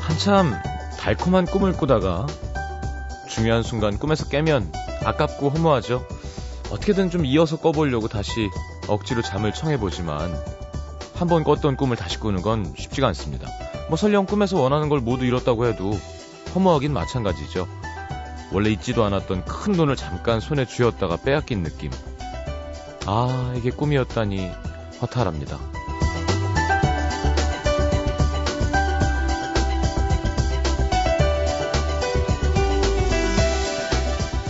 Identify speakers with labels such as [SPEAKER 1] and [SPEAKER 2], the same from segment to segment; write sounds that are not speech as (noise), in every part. [SPEAKER 1] 한참 달콤한 꿈을 꾸다가 중요한 순간 꿈에서 깨면 아깝고 허무하죠. 어떻게든 좀 이어서 꿔보려고 다시 억지로 잠을 청해보지만 한 번 꿨던 꿈을 다시 꾸는 건 쉽지가 않습니다. 뭐 설령 꿈에서 원하는 걸 모두 이뤘다고 해도 허무하긴 마찬가지죠. 원래 잊지도 않았던 큰 돈을 잠깐 손에 쥐었다가 빼앗긴 느낌. 아, 이게 꿈이었다니 허탈합니다.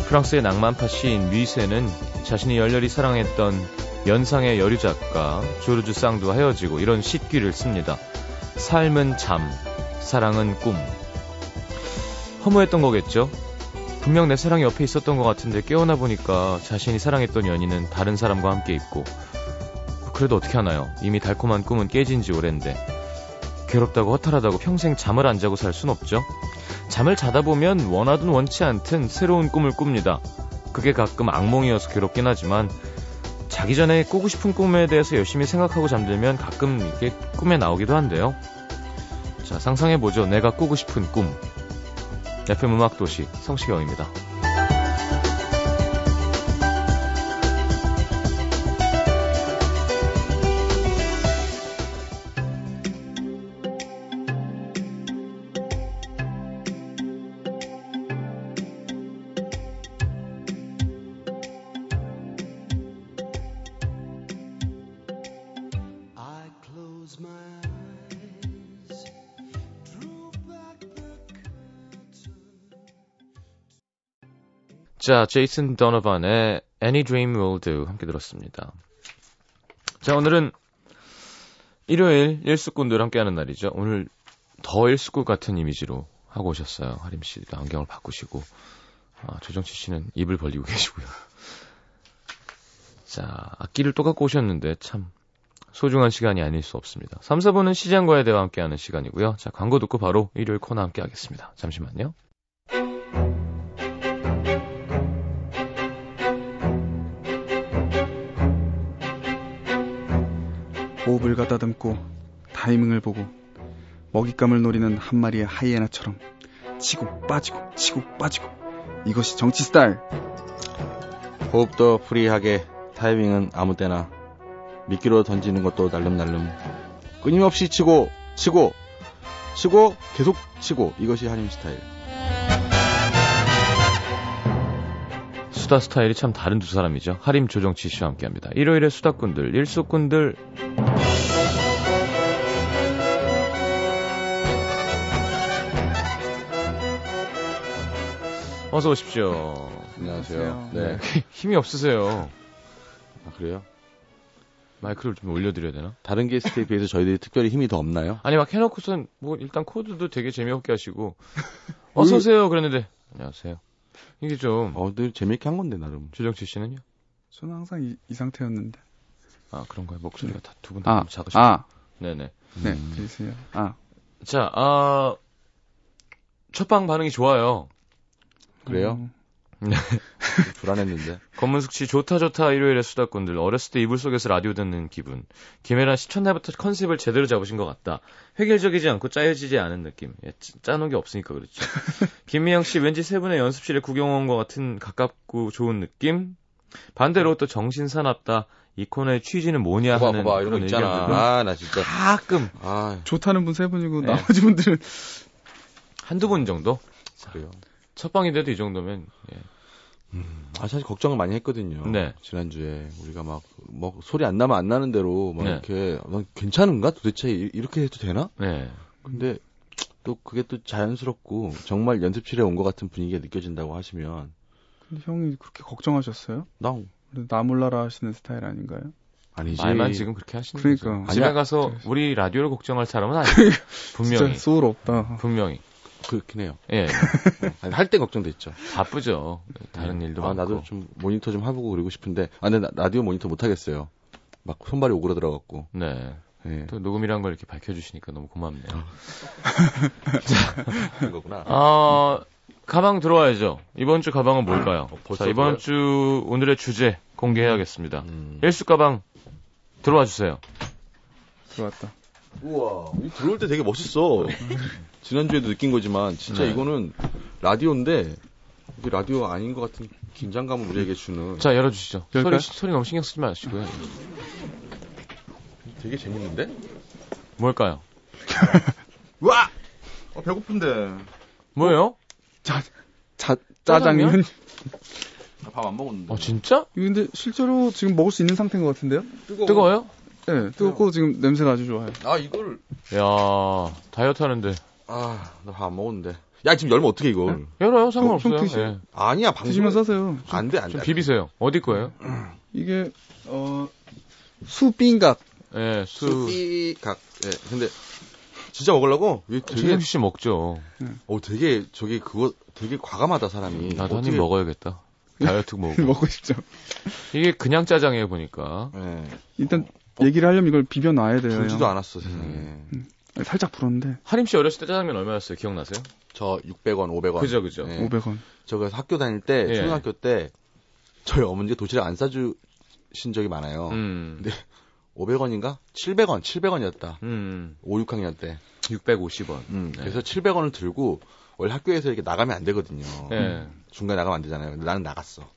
[SPEAKER 1] 프랑스의 낭만파 시인 뮤이세는 자신이 열렬히 사랑했던 연상의 여류 작가 조르주 쌍도 헤어지고 이런 싯귀를 씁니다. 삶은 잠, 사랑은 꿈. 허무했던 거겠죠? 분명 내 사랑이 옆에 있었던 것 같은데 깨어나 보니까 자신이 사랑했던 연인은 다른 사람과 함께 있고 그래도 어떻게 하나요? 이미 달콤한 꿈은 깨진 지 오랜데 괴롭다고 허탈하다고 평생 잠을 안 자고 살 순 없죠? 잠을 자다 보면 원하든 원치 않든 새로운 꿈을 꿉니다. 그게 가끔 악몽이어서 괴롭긴 하지만 자기 전에 꾸고 싶은 꿈에 대해서 열심히 생각하고 잠들면 가끔 이게 꿈에 나오기도 한데요. 자, 상상해보죠. 내가 꾸고 싶은 꿈. FM 음악도시 성시경입니다.
[SPEAKER 2] I close my eyes, draw back the curtain.
[SPEAKER 1] 자, 제이슨 도너반의 Any Dream Will Do 함께 들었습니다. 자, 오늘은 일요일 일수꾼들 함께하는 날이죠. 오늘 더 일수꾼 같은 이미지로 하고 오셨어요. 하림 씨도 안경을 바꾸시고 아, 조정치 씨는 입을 벌리고 (laughs) 계시고요. 자, 악기를 또 갖고 오셨는데 참 소중한 시간이 아닐 수 없습니다. 3, 4분은 시장과의 대화 함께하는 시간이고요. 자, 광고 듣고 바로 일요일 코너 함께하겠습니다. 잠시만요.
[SPEAKER 3] 호흡을 가다듬고 타이밍을 보고 먹잇감을 노리는 한 마리의 하이에나처럼 치고 빠지고 치고 빠지고 이것이 정치 스타일
[SPEAKER 4] 호흡도 프리하게 타이밍은 아무 때나 미끼로 던지는 것도 날름날름 끊임없이 치고 치고 치고 계속 치고 이것이 한임 스타일
[SPEAKER 1] 수다 스타일이 참 다른 두 사람이죠. 하림 조정치 씨와 함께합니다. 일요일의 수다꾼들, 일수꾼들. 어서 오십시오.
[SPEAKER 4] 안녕하세요
[SPEAKER 3] 안녕하세요.
[SPEAKER 4] 네
[SPEAKER 1] 힘이 없으세요.
[SPEAKER 4] 아, 그래요
[SPEAKER 1] 마이크를 좀 올려드려야 되나?
[SPEAKER 4] 다른 게스트에 비해서 저희들이 특별히 힘이 더 없나요
[SPEAKER 1] 아니 막 해놓고선 뭐 일단 코드도 되게 재미없게
[SPEAKER 3] (laughs)
[SPEAKER 1] 하시고 어서 오세요 그랬는데 안녕하세요. 이게 좀
[SPEAKER 4] 어 늘 재밌게 한 건데 나름
[SPEAKER 1] 조정치 씨는요?
[SPEAKER 3] 저는 항상 이, 이 상태였는데
[SPEAKER 1] 아 그런가요? 목소리가 다 두 분 다
[SPEAKER 3] 아,
[SPEAKER 1] 너무 작으시고.
[SPEAKER 3] 아,
[SPEAKER 1] 네네.
[SPEAKER 3] 네,
[SPEAKER 4] 음.
[SPEAKER 3] 들리세요? 아,
[SPEAKER 1] 자, 아, 첫방 반응이 좋아요.
[SPEAKER 4] 그래요
[SPEAKER 3] 음,
[SPEAKER 4] (laughs) 불안했는데
[SPEAKER 1] 검은숙 씨, 좋다, 좋다, 일요일에 수다꾼들. 어렸을 때 이불 속에서 라디오 듣는 기분. 김혜란 씨, 첫날부터 컨셉을 제대로 잡으신 것 같다. 획일적이지 않고 짜여지지 않은 느낌. 예, 짜- 짜놓은 게 없으니까
[SPEAKER 4] (laughs)
[SPEAKER 1] 그렇죠. 김미영 씨, 왠지 세 분의 연습실에 구경 온 것 같은 가깝고 좋은 느낌? 반대로 또 정신 사납다. 이 코너의 취지는 뭐냐
[SPEAKER 4] 봐봐
[SPEAKER 1] 하는
[SPEAKER 4] 봐봐 이런 거
[SPEAKER 1] 그런
[SPEAKER 4] 있잖아
[SPEAKER 1] 의견들도
[SPEAKER 4] 아 나 진짜
[SPEAKER 1] 가끔
[SPEAKER 4] 아
[SPEAKER 3] 좋다는 분 세 분이고
[SPEAKER 1] 네.
[SPEAKER 3] 나머지 분들은 (laughs)
[SPEAKER 1] 한두 분 정도?
[SPEAKER 4] 그래요
[SPEAKER 1] 첫 방인데도 이 정도면 예.
[SPEAKER 4] 아 사실 걱정을 많이 했거든요.
[SPEAKER 1] 네.
[SPEAKER 4] 지난주에 우리가 막, 뭐 소리 안 나면 안 나는 대로 막
[SPEAKER 1] 네.
[SPEAKER 4] 이렇게 아, 난 괜찮은가 도대체 이- 이렇게 해도 되나?
[SPEAKER 1] 네.
[SPEAKER 4] 근데 또 그게 또 자연스럽고 정말 연습실에 온 것 같은 분위기가 느껴진다고 하시면
[SPEAKER 3] 근데 형이 그렇게 걱정하셨어요?
[SPEAKER 4] 나
[SPEAKER 3] 그래도 나 몰라라 하시는 스타일 아닌가요?
[SPEAKER 4] 아니지.
[SPEAKER 1] 말만 지금 그렇게 하시는
[SPEAKER 3] 그러니까.
[SPEAKER 1] 거죠. 집에
[SPEAKER 4] 아니야.
[SPEAKER 1] 가서 우리 라디오를 걱정할 사람은 아니에요. 분명히.
[SPEAKER 3] 진짜 소울 없다 (laughs)
[SPEAKER 1] 분명히.
[SPEAKER 4] 그렇긴 해요.
[SPEAKER 1] 예.
[SPEAKER 4] 할 때 걱정됐죠.
[SPEAKER 1] 바쁘죠. 다른
[SPEAKER 3] 네.
[SPEAKER 1] 일도
[SPEAKER 4] 아,
[SPEAKER 1] 많고.
[SPEAKER 4] 나도 좀 모니터 좀 해보고 그러고 싶은데 아 근데 나- 라디오 모니터 못 하겠어요. 막 손발이 오그라들어갖고.
[SPEAKER 1] 네.
[SPEAKER 4] 예.
[SPEAKER 1] 또 녹음이란 걸 이렇게 밝혀주시니까 너무
[SPEAKER 3] 아.
[SPEAKER 1] 고맙네요.
[SPEAKER 4] 그거구나.
[SPEAKER 1] 아, 가방 들어와야죠. 이번 주 가방은 뭘까요?
[SPEAKER 4] 어, 벌써
[SPEAKER 1] 자, 이번
[SPEAKER 4] 그래요?
[SPEAKER 1] 주 오늘의 주제 공개해야겠습니다.
[SPEAKER 4] 음.
[SPEAKER 1] 일수 가방 들어와 주세요.
[SPEAKER 3] 들어왔다
[SPEAKER 4] 우와. 이 들어올 때 되게 (laughs) 멋있어. 지난주에도 느낀 거지만, 진짜
[SPEAKER 1] 네.
[SPEAKER 4] 이거는 라디오인데, 이게 라디오 아닌 것 같은 긴장감을 우리에게 주는
[SPEAKER 1] 자, 열어주시죠.
[SPEAKER 3] 열까요?
[SPEAKER 1] 소리, 소리 너무 신경 쓰지 마시고요.
[SPEAKER 4] 되게 재밌는데?
[SPEAKER 1] 뭘까요?
[SPEAKER 4] 와!
[SPEAKER 5] 어, 배고픈데.
[SPEAKER 1] 뭐예요?
[SPEAKER 3] 자, (laughs) 짜장면?
[SPEAKER 5] 밥 안 먹었는데.
[SPEAKER 1] 어, 진짜?
[SPEAKER 3] 근데 실제로 지금 먹을 수 있는 상태인 것 같은데요?
[SPEAKER 4] 뜨거워.
[SPEAKER 1] 뜨거워요?
[SPEAKER 3] 예, 네, 뜨겁고 지금 냄새가 아주 좋아요. 음.
[SPEAKER 4] 아, 이걸.
[SPEAKER 1] 야 다이어트 하는데.
[SPEAKER 4] 아, 나 밥 안 먹었는데. 야, 지금 열면 어떻게 이걸.
[SPEAKER 1] 열어요,
[SPEAKER 3] 어,
[SPEAKER 1] 상관없어요.
[SPEAKER 3] 좀 드세요.
[SPEAKER 1] 예.
[SPEAKER 4] 아니야, 방금.
[SPEAKER 3] 드시면서 하세요.
[SPEAKER 4] 안 돼, 안 돼.
[SPEAKER 1] 좀
[SPEAKER 4] 안 돼.
[SPEAKER 1] 비비세요. 어디 거예요?
[SPEAKER 3] 이게, 어, (laughs) 수빙갑.
[SPEAKER 1] 예, 수.
[SPEAKER 4] 수비 각. 예, 근데 진짜 먹으려고 이게 되게
[SPEAKER 1] 최경식 씨 먹죠.
[SPEAKER 4] 어 되게 저기 그거 되게 과감하다 사람이.
[SPEAKER 1] 나도 한
[SPEAKER 4] 어떻게-
[SPEAKER 1] 입 먹어야겠다. 다이어트 (laughs) 먹고.
[SPEAKER 3] 먹고 싶죠.
[SPEAKER 1] 이게 그냥 짜장이에요, 보니까.
[SPEAKER 4] 예.
[SPEAKER 3] 일단, 얘기를 하려면 이걸 비벼놔야 돼요.
[SPEAKER 4] 불지도 않았어 세상에.
[SPEAKER 1] 음.
[SPEAKER 3] 아, 살짝 불었는데,
[SPEAKER 1] 하림 씨 어렸을 때 짜장면 얼마였어요? 기억나세요?
[SPEAKER 4] 저 600원, 500원.
[SPEAKER 1] 그죠, 그죠.
[SPEAKER 4] 예.
[SPEAKER 3] 500원.
[SPEAKER 4] 저거 학교 다닐 때
[SPEAKER 1] 예.
[SPEAKER 4] 초등학교 때 저희 어머니가 도시락 안 싸주신 적이 많아요.
[SPEAKER 1] 음.
[SPEAKER 4] 네. 500원인가? 700원, 700원이었다.
[SPEAKER 1] 음.
[SPEAKER 4] 5, 6학년 때.
[SPEAKER 1] 650원.
[SPEAKER 4] 음, 그래서 700원을 들고 원래 학교에서 이렇게 나가면 안 되거든요.
[SPEAKER 1] 예.
[SPEAKER 4] 중간에 나가면 안 되잖아요. 근데 나는 나갔어.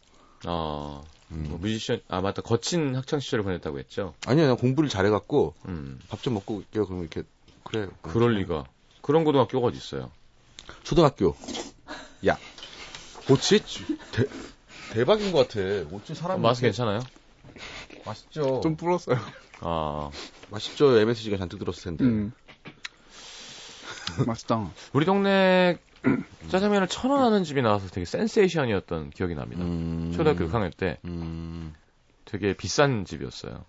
[SPEAKER 1] 어.
[SPEAKER 4] 음.
[SPEAKER 1] 뭐 뮤지션, 아, 맞다. 거친 학창 시절을 보냈다고 했죠.
[SPEAKER 4] 아니야, 난 공부를 잘해갖고
[SPEAKER 1] 음.
[SPEAKER 4] 밥 좀 먹고 올게요. 그러면 이렇게 그래.
[SPEAKER 1] 그럴 리가. 그런 고등학교가 어디 있어요?
[SPEAKER 4] 초등학교. 야, 오치 대, 대박인 것 같아. 오치 사람
[SPEAKER 1] 어, 맛은 괜찮아요?
[SPEAKER 4] 맛있죠.
[SPEAKER 3] 좀 불었어요.
[SPEAKER 1] 아,
[SPEAKER 4] 맛있죠. MSG가 잔뜩 들었을 텐데.
[SPEAKER 3] 음. (laughs) 맛있다.
[SPEAKER 1] 우리 (clears throat) 동네 짜장면을 천 원 하는 집이 나와서 되게 센세이션이었던 기억이 납니다.
[SPEAKER 4] 음.
[SPEAKER 1] 초등학교 6학년 때
[SPEAKER 4] 음.
[SPEAKER 1] 되게 비싼 집이었어요.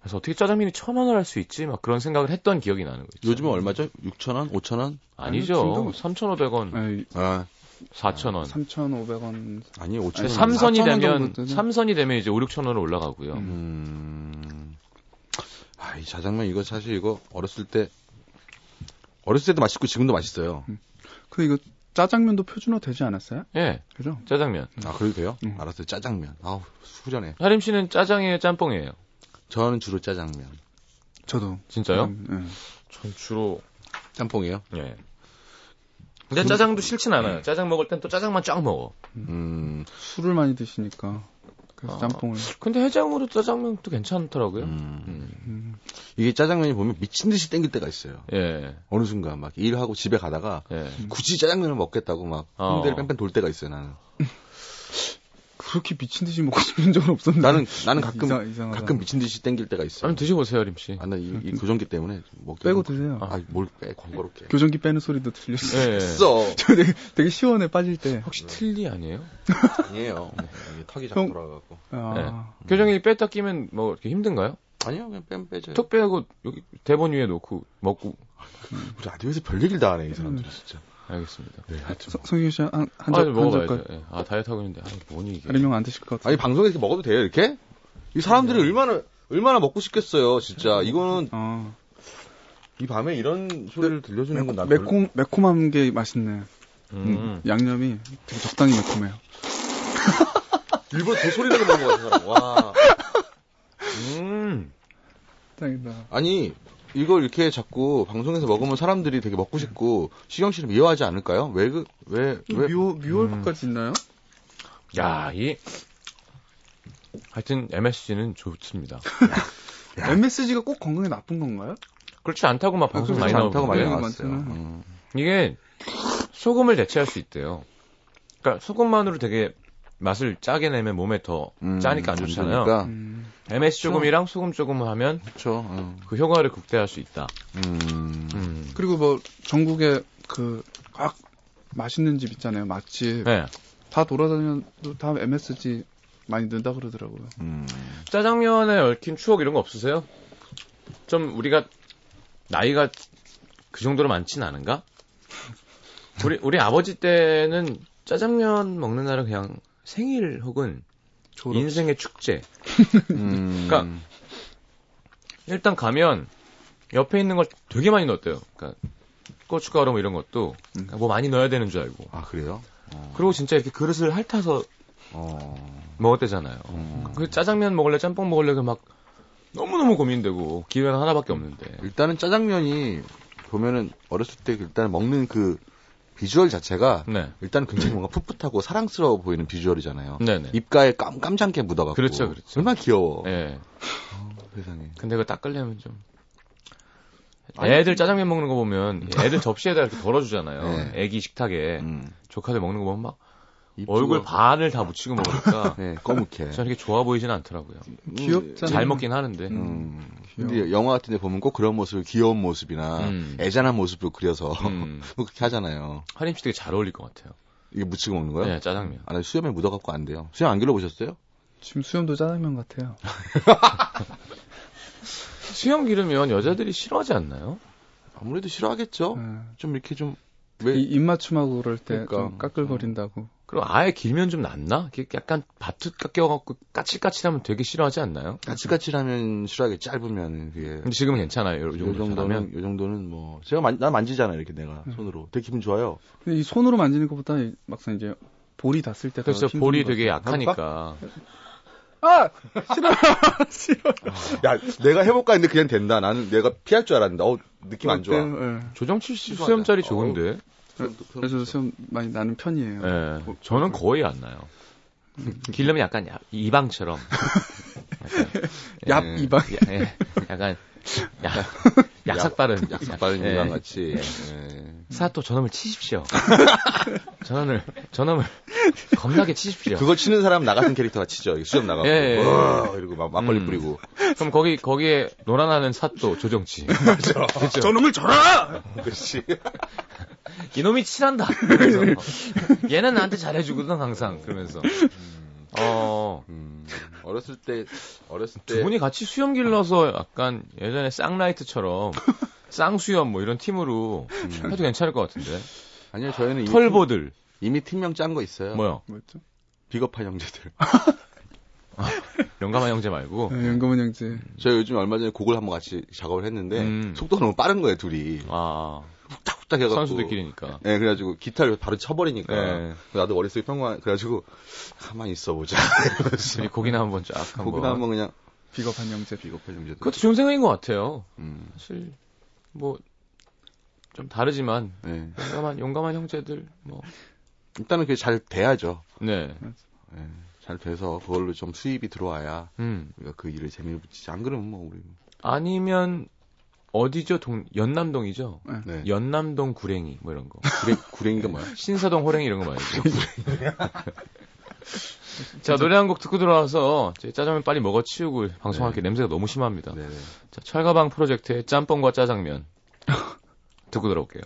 [SPEAKER 1] 그래서 어떻게 짜장면이 천 원을 할 수 있지? 막 그런 생각을 했던 기억이 나는 거죠.
[SPEAKER 4] 요즘은 얼마죠? 6,000원? 5,000원?
[SPEAKER 1] 아니죠.
[SPEAKER 3] 아니요, 네.
[SPEAKER 1] 3,500원,
[SPEAKER 3] 에이,
[SPEAKER 4] 아,
[SPEAKER 3] 음.
[SPEAKER 1] 4,000원.
[SPEAKER 3] 3,500원.
[SPEAKER 4] 아니, 5,000원.
[SPEAKER 1] 근데 삼선이
[SPEAKER 3] 4,000원
[SPEAKER 1] 되면
[SPEAKER 3] 정도 되나?
[SPEAKER 1] 삼선이 되면 이제 5, 6천 원으로 올라가고요.
[SPEAKER 4] 음. 아, 이 자장면 이거 사실 이거 어렸을 때 어렸을 때도 맛있고 지금도 맛있어요.
[SPEAKER 1] 음.
[SPEAKER 3] 그 이거 짜장면도 표준화 되지 않았어요?
[SPEAKER 1] 예,
[SPEAKER 3] 그죠?
[SPEAKER 1] 짜장면.
[SPEAKER 4] 아, 그래도 돼요?
[SPEAKER 3] 음.
[SPEAKER 4] 알았어요. 짜장면. 아우, 후련해.
[SPEAKER 1] 하림 씨는 짜장이에요, 짬뽕이에요?
[SPEAKER 4] 저는 주로 짜장면.
[SPEAKER 3] 저도.
[SPEAKER 1] 진짜요?
[SPEAKER 3] 음,
[SPEAKER 1] 전 주로
[SPEAKER 4] 짬뽕이에요?
[SPEAKER 1] 예. 음. 근데 짜장도 싫진 않아요. 짜장 먹을 땐 또 짜장만 쫙 먹어.
[SPEAKER 4] 음.
[SPEAKER 3] 예. 술을 많이 드시니까. 그래서
[SPEAKER 1] 아.
[SPEAKER 3] 짬뽕을.
[SPEAKER 1] 근데 해장으로 짜장면도 괜찮더라고요.
[SPEAKER 4] 음.
[SPEAKER 1] 음.
[SPEAKER 3] 음.
[SPEAKER 4] 이게 짜장면이 보면 미친 듯이 땡길 때가 있어요.
[SPEAKER 1] 예,
[SPEAKER 4] 어느 순간 막 일하고 집에 가다가
[SPEAKER 1] 예.
[SPEAKER 4] 굳이 짜장면을 먹겠다고 막
[SPEAKER 1] 어.
[SPEAKER 4] 홍대를 뺑뺑 돌 때가 있어요. 나는
[SPEAKER 3] 그렇게 미친 듯이 먹고 싶은 적은 없었는데.
[SPEAKER 4] 나는 나는 가끔
[SPEAKER 3] 이상- 이상하다.
[SPEAKER 4] 가끔 미친 듯이 땡길 때가 있어요.
[SPEAKER 1] 한번 드셔보세요, 하림 씨.
[SPEAKER 4] 아, 나이 이 교정기 때문에 먹기
[SPEAKER 3] 빼고 드세요.
[SPEAKER 4] 아뭘빼 번거롭게. 네.
[SPEAKER 3] 교정기 빼는 소리도 들렸어요.
[SPEAKER 1] 예.
[SPEAKER 3] (laughs)
[SPEAKER 4] 써.
[SPEAKER 3] 저 되게, 되게 시원해 빠질 때.
[SPEAKER 1] 혹시 틀리 아니에요?
[SPEAKER 4] (laughs) 아니에요. 뭐, 이게 턱이 자꾸
[SPEAKER 3] 형.
[SPEAKER 4] 돌아가고. 음.
[SPEAKER 3] 아,
[SPEAKER 1] 교정이 뺐다 끼면 뭐 이렇게 힘든가요?
[SPEAKER 4] 아니요, 그냥 뺨 빼죠.
[SPEAKER 1] 톡 빼고 여기 대본 위에 놓고 먹고
[SPEAKER 4] 우리 라디오에서 별 얘기를 다 하네, 이 사람들 이 진짜.
[SPEAKER 1] 알겠습니다.
[SPEAKER 4] 음. 네, 하여튼.
[SPEAKER 3] 성- 성규 씨한한
[SPEAKER 1] 아, 이제
[SPEAKER 3] 한
[SPEAKER 1] 먹어봐야죠.
[SPEAKER 3] 젓갈.
[SPEAKER 1] 예. 아, 다이어트 하고 있는데, 아, 뭐니 이게.
[SPEAKER 3] 아니면 안 드실 것 같아요.
[SPEAKER 4] 아니, 방송에서 이렇게 먹어도 돼요, 이렇게? 이 사람들이 얼마나, 얼마나 먹고 싶겠어요, 진짜. 이거는,
[SPEAKER 3] 아,
[SPEAKER 4] 이 밤에 이런 소리를 들려주는 건나
[SPEAKER 3] 매콤 매콤한 게 맛있네.
[SPEAKER 1] 음.
[SPEAKER 3] 양념이 되게 적당히 매콤해요.
[SPEAKER 4] 일부러 더 소리 내고 먹는 거 같아, 와.
[SPEAKER 1] 음.
[SPEAKER 3] 짱이다.
[SPEAKER 4] 아니, 이걸 이렇게 자꾸 방송에서 먹으면 사람들이 되게 먹고 싶고, 시경 씨를 미워하지 않을까요? 왜, 그, 왜, 왜.
[SPEAKER 3] 묘 묘월까지 있나요?
[SPEAKER 1] 야, 이. 하여튼, MSG는 좋습니다.
[SPEAKER 3] MSG가 꼭 건강에 나쁜 건가요?
[SPEAKER 1] 그렇지 않다고 막 방송 많이
[SPEAKER 4] 아, 그렇지 않다고 많이
[SPEAKER 1] 나오는데.
[SPEAKER 3] 나오는데.
[SPEAKER 4] 나왔어요.
[SPEAKER 3] 많잖아.
[SPEAKER 4] 음.
[SPEAKER 1] 이게, 소금을 대체할 수 있대요. 그러니까, 소금만으로 되게 맛을 짜게 내면 몸에 더
[SPEAKER 4] 음,
[SPEAKER 1] 짜니까 안 좋잖아요.
[SPEAKER 4] 좋으니까.
[SPEAKER 3] 음,
[SPEAKER 1] MSG 조금이랑 소금 조금 하면
[SPEAKER 4] 그렇죠. 음.
[SPEAKER 1] 그 효과를 극대화할 수 있다.
[SPEAKER 4] 음.
[SPEAKER 1] 음.
[SPEAKER 3] 그리고 뭐 전국에 그 꽉 맛있는 집 있잖아요. 맛집
[SPEAKER 1] 네.
[SPEAKER 3] 다 돌아다녀도 다 MSG 많이 넣는다 그러더라고요.
[SPEAKER 4] 음.
[SPEAKER 1] 짜장면에 얽힌 추억 이런 거 없으세요? 좀 우리가 나이가 그 정도로 많진 않은가? 우리 우리 아버지 때는 짜장면 먹는 날은 그냥 생일 혹은
[SPEAKER 3] 졸업.
[SPEAKER 4] 예,
[SPEAKER 1] 인생의 축제.
[SPEAKER 4] 음.
[SPEAKER 1] 그러니까 일단 가면 옆에 있는 걸 되게 많이 넣었대요. 그러니까 고춧가루 뭐 이런 것도 그러니까 뭐 많이 넣어야 되는 줄 알고.
[SPEAKER 4] 아 그래요?
[SPEAKER 1] 그리고 진짜 이렇게 그릇을 핥아서
[SPEAKER 4] 어. 음.
[SPEAKER 1] 먹었대잖아요. 그 짜장면 먹을래, 짬뽕 먹을래, 그 막 너무너무 고민되고 기회는 하나밖에 없는데
[SPEAKER 4] 일단은 짜장면이 보면은 어렸을 때 일단 먹는 그 비주얼 자체가
[SPEAKER 1] 네
[SPEAKER 4] 일단 굉장히 뭔가 풋풋하고 사랑스러워 보이는 비주얼이잖아요.
[SPEAKER 1] 네네
[SPEAKER 4] 입가에 깜, 깜장게 묻어갖고.
[SPEAKER 1] 그렇죠, 그렇죠.
[SPEAKER 4] 얼마나 귀여워.
[SPEAKER 1] 예
[SPEAKER 4] 세상에.
[SPEAKER 1] 근데 그거 닦으려면 좀
[SPEAKER 4] 그
[SPEAKER 1] 애들 짜장면 먹는 거 보면 애들 접시에다 이렇게 덜어주잖아요
[SPEAKER 4] 네.
[SPEAKER 1] 애기 식탁에
[SPEAKER 4] 예. 음.
[SPEAKER 1] 조카들 먹는 거 보면 막
[SPEAKER 4] 입주가-
[SPEAKER 1] 얼굴 반을 다 묻히고
[SPEAKER 4] (laughs)
[SPEAKER 1] 먹으니까
[SPEAKER 4] 네, 꺼묵해.
[SPEAKER 1] 저는 이렇게 좋아 (laughs) 보이진 않더라고요
[SPEAKER 4] 뭐
[SPEAKER 3] 귀엽잖아.
[SPEAKER 1] 잘 먹긴 하는데
[SPEAKER 4] 음.
[SPEAKER 3] 귀여워.
[SPEAKER 4] 근데 영화 같은 데 보면 꼭 그런 모습을 귀여운 모습이나
[SPEAKER 1] 음.
[SPEAKER 4] 애잔한 모습으로 그려서 (laughs) 뭐
[SPEAKER 1] 음.
[SPEAKER 4] 그렇게 하잖아요.
[SPEAKER 1] 하림 씨 되게 잘 어울릴 것 같아요
[SPEAKER 4] 이게 묻히고 먹는 거예요?
[SPEAKER 1] 네 짜장면
[SPEAKER 4] 아, 나 수염에 묻어갖고 안 돼요. 수염 안 길러보셨어요?
[SPEAKER 3] 지금 수염도 짜장면 같아요.
[SPEAKER 1] 수염 기르면 여자들이 싫어하지 않나요?
[SPEAKER 4] 아무래도 싫어하겠죠?
[SPEAKER 3] 예.
[SPEAKER 4] 좀 이렇게 좀, 왜,
[SPEAKER 3] 이 입맞춤하고 그럴 때 좀
[SPEAKER 4] 그러니까.
[SPEAKER 3] 까끌거린다고.
[SPEAKER 1] 그럼 아예 길면 좀 낫나? 이렇게 약간 바투 깎여갖고 까칠까칠하면 되게 싫어하지 않나요?
[SPEAKER 4] 까칠까칠하면 싫어하게 짧으면 그게
[SPEAKER 1] 근데 지금은 음. 괜찮아요. 요
[SPEAKER 4] 요
[SPEAKER 1] 정도 하면
[SPEAKER 4] 정도는 요 정도는 뭐 제가 만, 난 만지잖아 이렇게 내가 손으로 되게 기분 좋아요.
[SPEAKER 3] 근데 이 손으로 만지는 것보다 이- 막상 이제 볼이 닿았을 때가
[SPEAKER 4] 그렇죠.
[SPEAKER 1] 그래서
[SPEAKER 3] 힘든
[SPEAKER 1] 볼이
[SPEAKER 3] 것 같아요.
[SPEAKER 1] 되게 약하니까
[SPEAKER 3] 아 싫어 싫어
[SPEAKER 4] 야 내가 해볼까 했는데 그냥 된다. 나는 내가 피할 줄 알았는데 어 느낌 안 좋아.
[SPEAKER 3] 예.
[SPEAKER 1] 조정칠 씨
[SPEAKER 4] 수고하다.
[SPEAKER 1] 수염자리
[SPEAKER 4] 어우.
[SPEAKER 1] 좋은데
[SPEAKER 3] 그래서 수염 많이 나는 편이에요.
[SPEAKER 4] 네.
[SPEAKER 1] 예, 저는 거의 안 나요. (laughs) 길르면 약간 야- 이방처럼
[SPEAKER 4] 네.
[SPEAKER 3] 얍 이방
[SPEAKER 1] 야- 예, 약간 야- 약삭빠른
[SPEAKER 4] 약삭빠른
[SPEAKER 1] 예.
[SPEAKER 4] 이랑 같이. 예.
[SPEAKER 1] 사또 저놈을 (laughs) 치십시오. 저놈을 저놈을 겁나게 치십시오.
[SPEAKER 4] 그걸 치는 사람 나 같은 캐릭터가 치죠. 이게 수염 나가고
[SPEAKER 1] 예, 예, 예.
[SPEAKER 4] 와, 이러고 막 막걸리
[SPEAKER 1] 음.
[SPEAKER 4] 뿌리고
[SPEAKER 1] 그럼 거기 거기에 노란하는 사또 조정치
[SPEAKER 4] 네.
[SPEAKER 3] 저놈을 줘라
[SPEAKER 4] 그렇지.
[SPEAKER 1] (laughs) 이놈이 칠한다. 그래서 (laughs) 얘는 나한테 잘해주거든 항상 그러면서 음. 어두
[SPEAKER 4] 음, 어렸을 때 어렸을 때
[SPEAKER 1] 분이 같이 수염 길러서 약간 예전에 (laughs) 쌍라이트처럼 쌍수염 뭐 이런 팀으로 해도 괜찮을 것 같은데
[SPEAKER 4] 아니요 저희는 이미,
[SPEAKER 1] 털보들
[SPEAKER 4] 이미 팀명 짠 거 있어요.
[SPEAKER 1] 뭐요
[SPEAKER 3] 뭐였죠?
[SPEAKER 4] 비겁한 형제들.
[SPEAKER 1] 영감한 형제
[SPEAKER 4] 어.
[SPEAKER 1] 말고
[SPEAKER 4] 네.
[SPEAKER 3] 예, 연금은 형제.
[SPEAKER 4] 저희 요즘 얼마 전에 곡을 한번 같이 작업을 했는데
[SPEAKER 1] 음.
[SPEAKER 4] 속도가 너무 빠른 거예요 둘이.
[SPEAKER 1] 아
[SPEAKER 4] 후딱후딱 해갖고 아.
[SPEAKER 1] 선수들끼리니까
[SPEAKER 4] 예, 그래가지고 기타를 바로 쳐버리니까
[SPEAKER 1] 예.
[SPEAKER 4] 나도 머릿속이 평화 그래가지고 가만히 있어보자.
[SPEAKER 1] 우리 고기나 한번 쫙 한번
[SPEAKER 4] 거기다 한번 그냥
[SPEAKER 3] 비겁한 형제.
[SPEAKER 4] 비겁해 좀
[SPEAKER 1] 그것도 좋은 생각인 것 같아요
[SPEAKER 4] 음,
[SPEAKER 1] 사실 뭐 좀 다르지만
[SPEAKER 4] 예.
[SPEAKER 1] 용감한 용감한 형제들 뭐.
[SPEAKER 4] 일단은 그게 잘 돼야죠. 예,
[SPEAKER 1] 뭐네
[SPEAKER 4] 잘 돼서 그걸로 좀 수입이 들어와야
[SPEAKER 1] 음
[SPEAKER 4] 우리가 그 일을 재미를 붙이지. 안 그러면 뭐 우리
[SPEAKER 1] 아니면 어디죠? 동 연남동이죠.
[SPEAKER 4] 네.
[SPEAKER 1] 연남동 구랭이 뭐 이런 거.
[SPEAKER 4] 구랭, 구랭이가 뭐야?
[SPEAKER 1] 신사동 호랭이 이런 거
[SPEAKER 4] (laughs)
[SPEAKER 1] 말이죠. 자 노래 한 곡 듣고 들어와서 저희 짜장면 빨리 먹어 치우고 방송할게
[SPEAKER 4] 네.
[SPEAKER 1] 냄새가 너무 심합니다.
[SPEAKER 4] 네네.
[SPEAKER 1] 자 철가방 프로젝트의 짬뽕과 짜장면 듣고 들어올게요.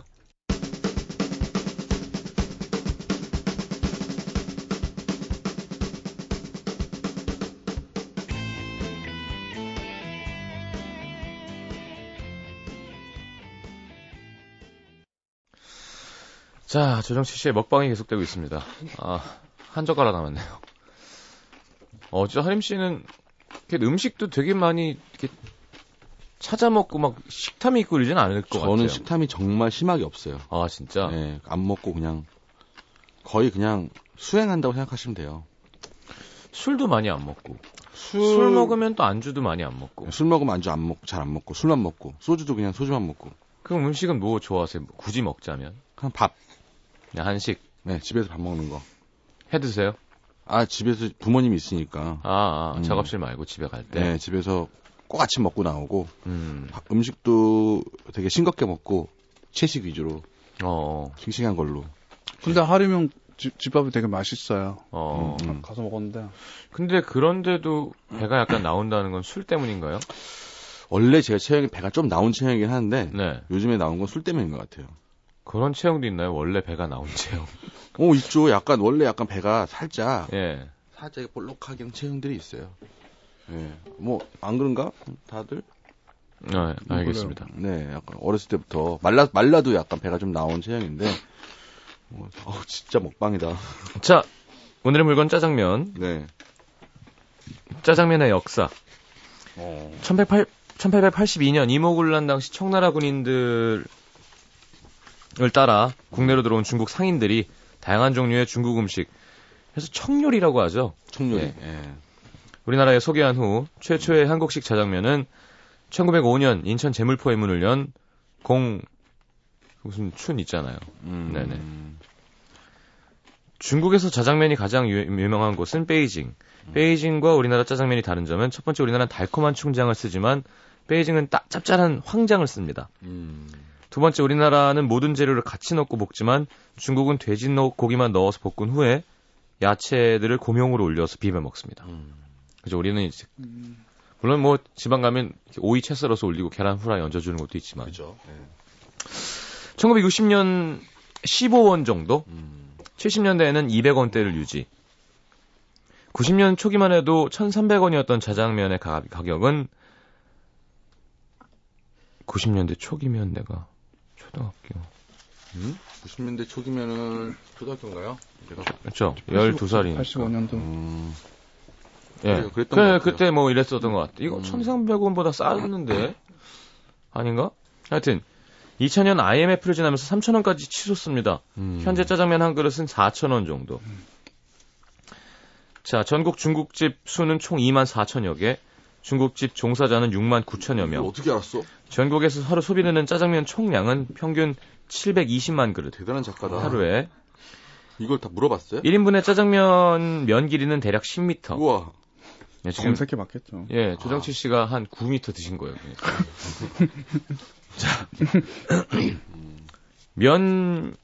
[SPEAKER 1] 자, 조정치 씨의 먹방이 계속되고 있습니다. 아, 한 젓가락 남았네요. 어, 진짜 하림 씨는 이렇게 음식도 되게 많이 이렇게 찾아 먹고 막 식탐이 있고 이러진 않을 것
[SPEAKER 4] 저는
[SPEAKER 1] 같아요.
[SPEAKER 4] 식탐이 정말 심하게 없어요.
[SPEAKER 1] 아, 진짜?
[SPEAKER 4] 예, 안 먹고 그냥 거의 그냥 수행한다고 생각하시면 돼요.
[SPEAKER 1] 술도 많이 안 먹고.
[SPEAKER 4] 술, 네,
[SPEAKER 1] 술 먹으면 또 안주도 많이 안 먹고.
[SPEAKER 4] 술 먹으면 안주 안 먹고 잘 안 먹고 술만 먹고 소주도 그냥 소주만 먹고
[SPEAKER 1] 그럼 음식은 뭐 좋아하세요? 뭐 굳이 먹자면?
[SPEAKER 4] 그냥 밥.
[SPEAKER 1] 그냥 한식
[SPEAKER 4] 네, 집에서 밥 먹는 거.
[SPEAKER 1] 해 드세요?
[SPEAKER 4] 아, 집에서 부모님이 있으니까.
[SPEAKER 1] 아, 아,
[SPEAKER 4] 음.
[SPEAKER 1] 작업실 말고 집에 갈 때.
[SPEAKER 4] 네, 집에서 꼭 아침 먹고 나오고
[SPEAKER 1] 음.
[SPEAKER 4] 밥- 음식도 되게 싱겁게 먹고 채식 위주로
[SPEAKER 1] 어.
[SPEAKER 4] 싱싱한 걸로.
[SPEAKER 3] 근데 하림형 집- 집밥이 되게 맛있어요. 아,
[SPEAKER 1] 어.
[SPEAKER 4] 음, 음.
[SPEAKER 3] 가서 먹었는데
[SPEAKER 1] 근데 그런데도 배가 약간 나온다는 건 술 때문인가요?
[SPEAKER 4] 원래 제가 체형이 배가 좀 나온 체형이긴 하는데
[SPEAKER 1] 네.
[SPEAKER 4] 요즘에 나온 건 술 때문인 것 같아요.
[SPEAKER 1] 그런 체형도 있나요? 원래 배가 나온 체형. (laughs)
[SPEAKER 4] 어, 있죠. 약간 원래 약간 배가 살짝
[SPEAKER 1] 예.
[SPEAKER 4] 살짝 볼록하게 체형들이 있어요. 예. 뭐 안 그런가? 다들?
[SPEAKER 1] 네, 알겠습니다.
[SPEAKER 4] 네, 약간 어렸을 때부터 말라 말라도 약간 배가 좀 나온 체형인데 뭐, 어우 진짜 먹방이다.
[SPEAKER 1] 자, 오늘의 물건 짜장면.
[SPEAKER 4] 네.
[SPEAKER 1] 짜장면의 역사.
[SPEAKER 4] 어.
[SPEAKER 1] 1808, 1882년 이모군란 당시 청나라 군인들을 따라 국내로 들어온 중국 상인들이 다양한 종류의 중국 음식, 그래서 청요리라고 하죠.
[SPEAKER 4] 청요리.
[SPEAKER 1] 예.
[SPEAKER 4] 예.
[SPEAKER 1] 우리나라에 소개한 후 최초의 한국식 자장면은 1905년 인천 제물포의 문을 연 공 무슨 춘 있잖아요.
[SPEAKER 4] 음.
[SPEAKER 1] 네네. 중국에서 자장면이 가장 유, 명한 곳은 베이징. 베이징과 우리나라 짜장면이 다른 점은 첫 번째 우리나라는 달콤한 충장을 쓰지만 베이징은 따, 짭짤한 황장을 씁니다.
[SPEAKER 4] 음.
[SPEAKER 1] 두 번째 우리나라는 모든 재료를 같이 넣고 볶지만 중국은 돼지 넣, 고기만 넣어서 볶은 후에 야채들을 고명으로 올려서 비벼 먹습니다.
[SPEAKER 4] 음.
[SPEAKER 1] 그죠 우리는 이제 물론 뭐 지방 가면 이렇게 오이 채 썰어서 올리고 계란 후라이 얹어주는 것도 있지만
[SPEAKER 4] 그죠. 예.
[SPEAKER 1] 1960년 15원 정도
[SPEAKER 4] 음.
[SPEAKER 1] 70년대에는 200원대를 유지. 90년 초기만 해도 1,300원이었던 자장면의 가, 격은 90년대 초기면 내가 초등학교
[SPEAKER 4] 음? 90년대 초기면은 초등학교인가요? 제가
[SPEAKER 1] 그렇죠. 12살이니까.
[SPEAKER 3] 85년도.
[SPEAKER 4] 음.
[SPEAKER 1] 예.
[SPEAKER 4] 그래요,
[SPEAKER 1] 그
[SPEAKER 4] 그랬던 것 같아요.
[SPEAKER 1] 그때 뭐 이랬었던 것 같아. 이거
[SPEAKER 4] 음.
[SPEAKER 1] 1,300원보다 쌌는데 아닌가? 하여튼 2000년 IMF를 지나면서 3,000원까지 치솟습니다.
[SPEAKER 4] 음.
[SPEAKER 1] 현재 짜장면 한 그릇은 4,000원 정도. 자, 전국 중국집 수는 총 2만 4천여 개, 중국집 종사자는 6만 9천여
[SPEAKER 4] 이걸
[SPEAKER 1] 명,
[SPEAKER 4] 어떻게 알았어?
[SPEAKER 1] 전국에서 하루 소비되는 짜장면 총량은 평균 720만 그릇
[SPEAKER 4] 대단한 작가다.
[SPEAKER 1] 하루에
[SPEAKER 4] 이걸 다 물어봤어요?
[SPEAKER 1] 1인분의 짜장면 면 길이는 대략 10m.
[SPEAKER 4] 우와.
[SPEAKER 1] 예, 지금
[SPEAKER 3] 검색해 봤겠죠.
[SPEAKER 1] 예,
[SPEAKER 4] 아.
[SPEAKER 1] 조정치 씨가 한 9m 드신 거예요.
[SPEAKER 4] (laughs)
[SPEAKER 1] 그러니까. 자, 음, 면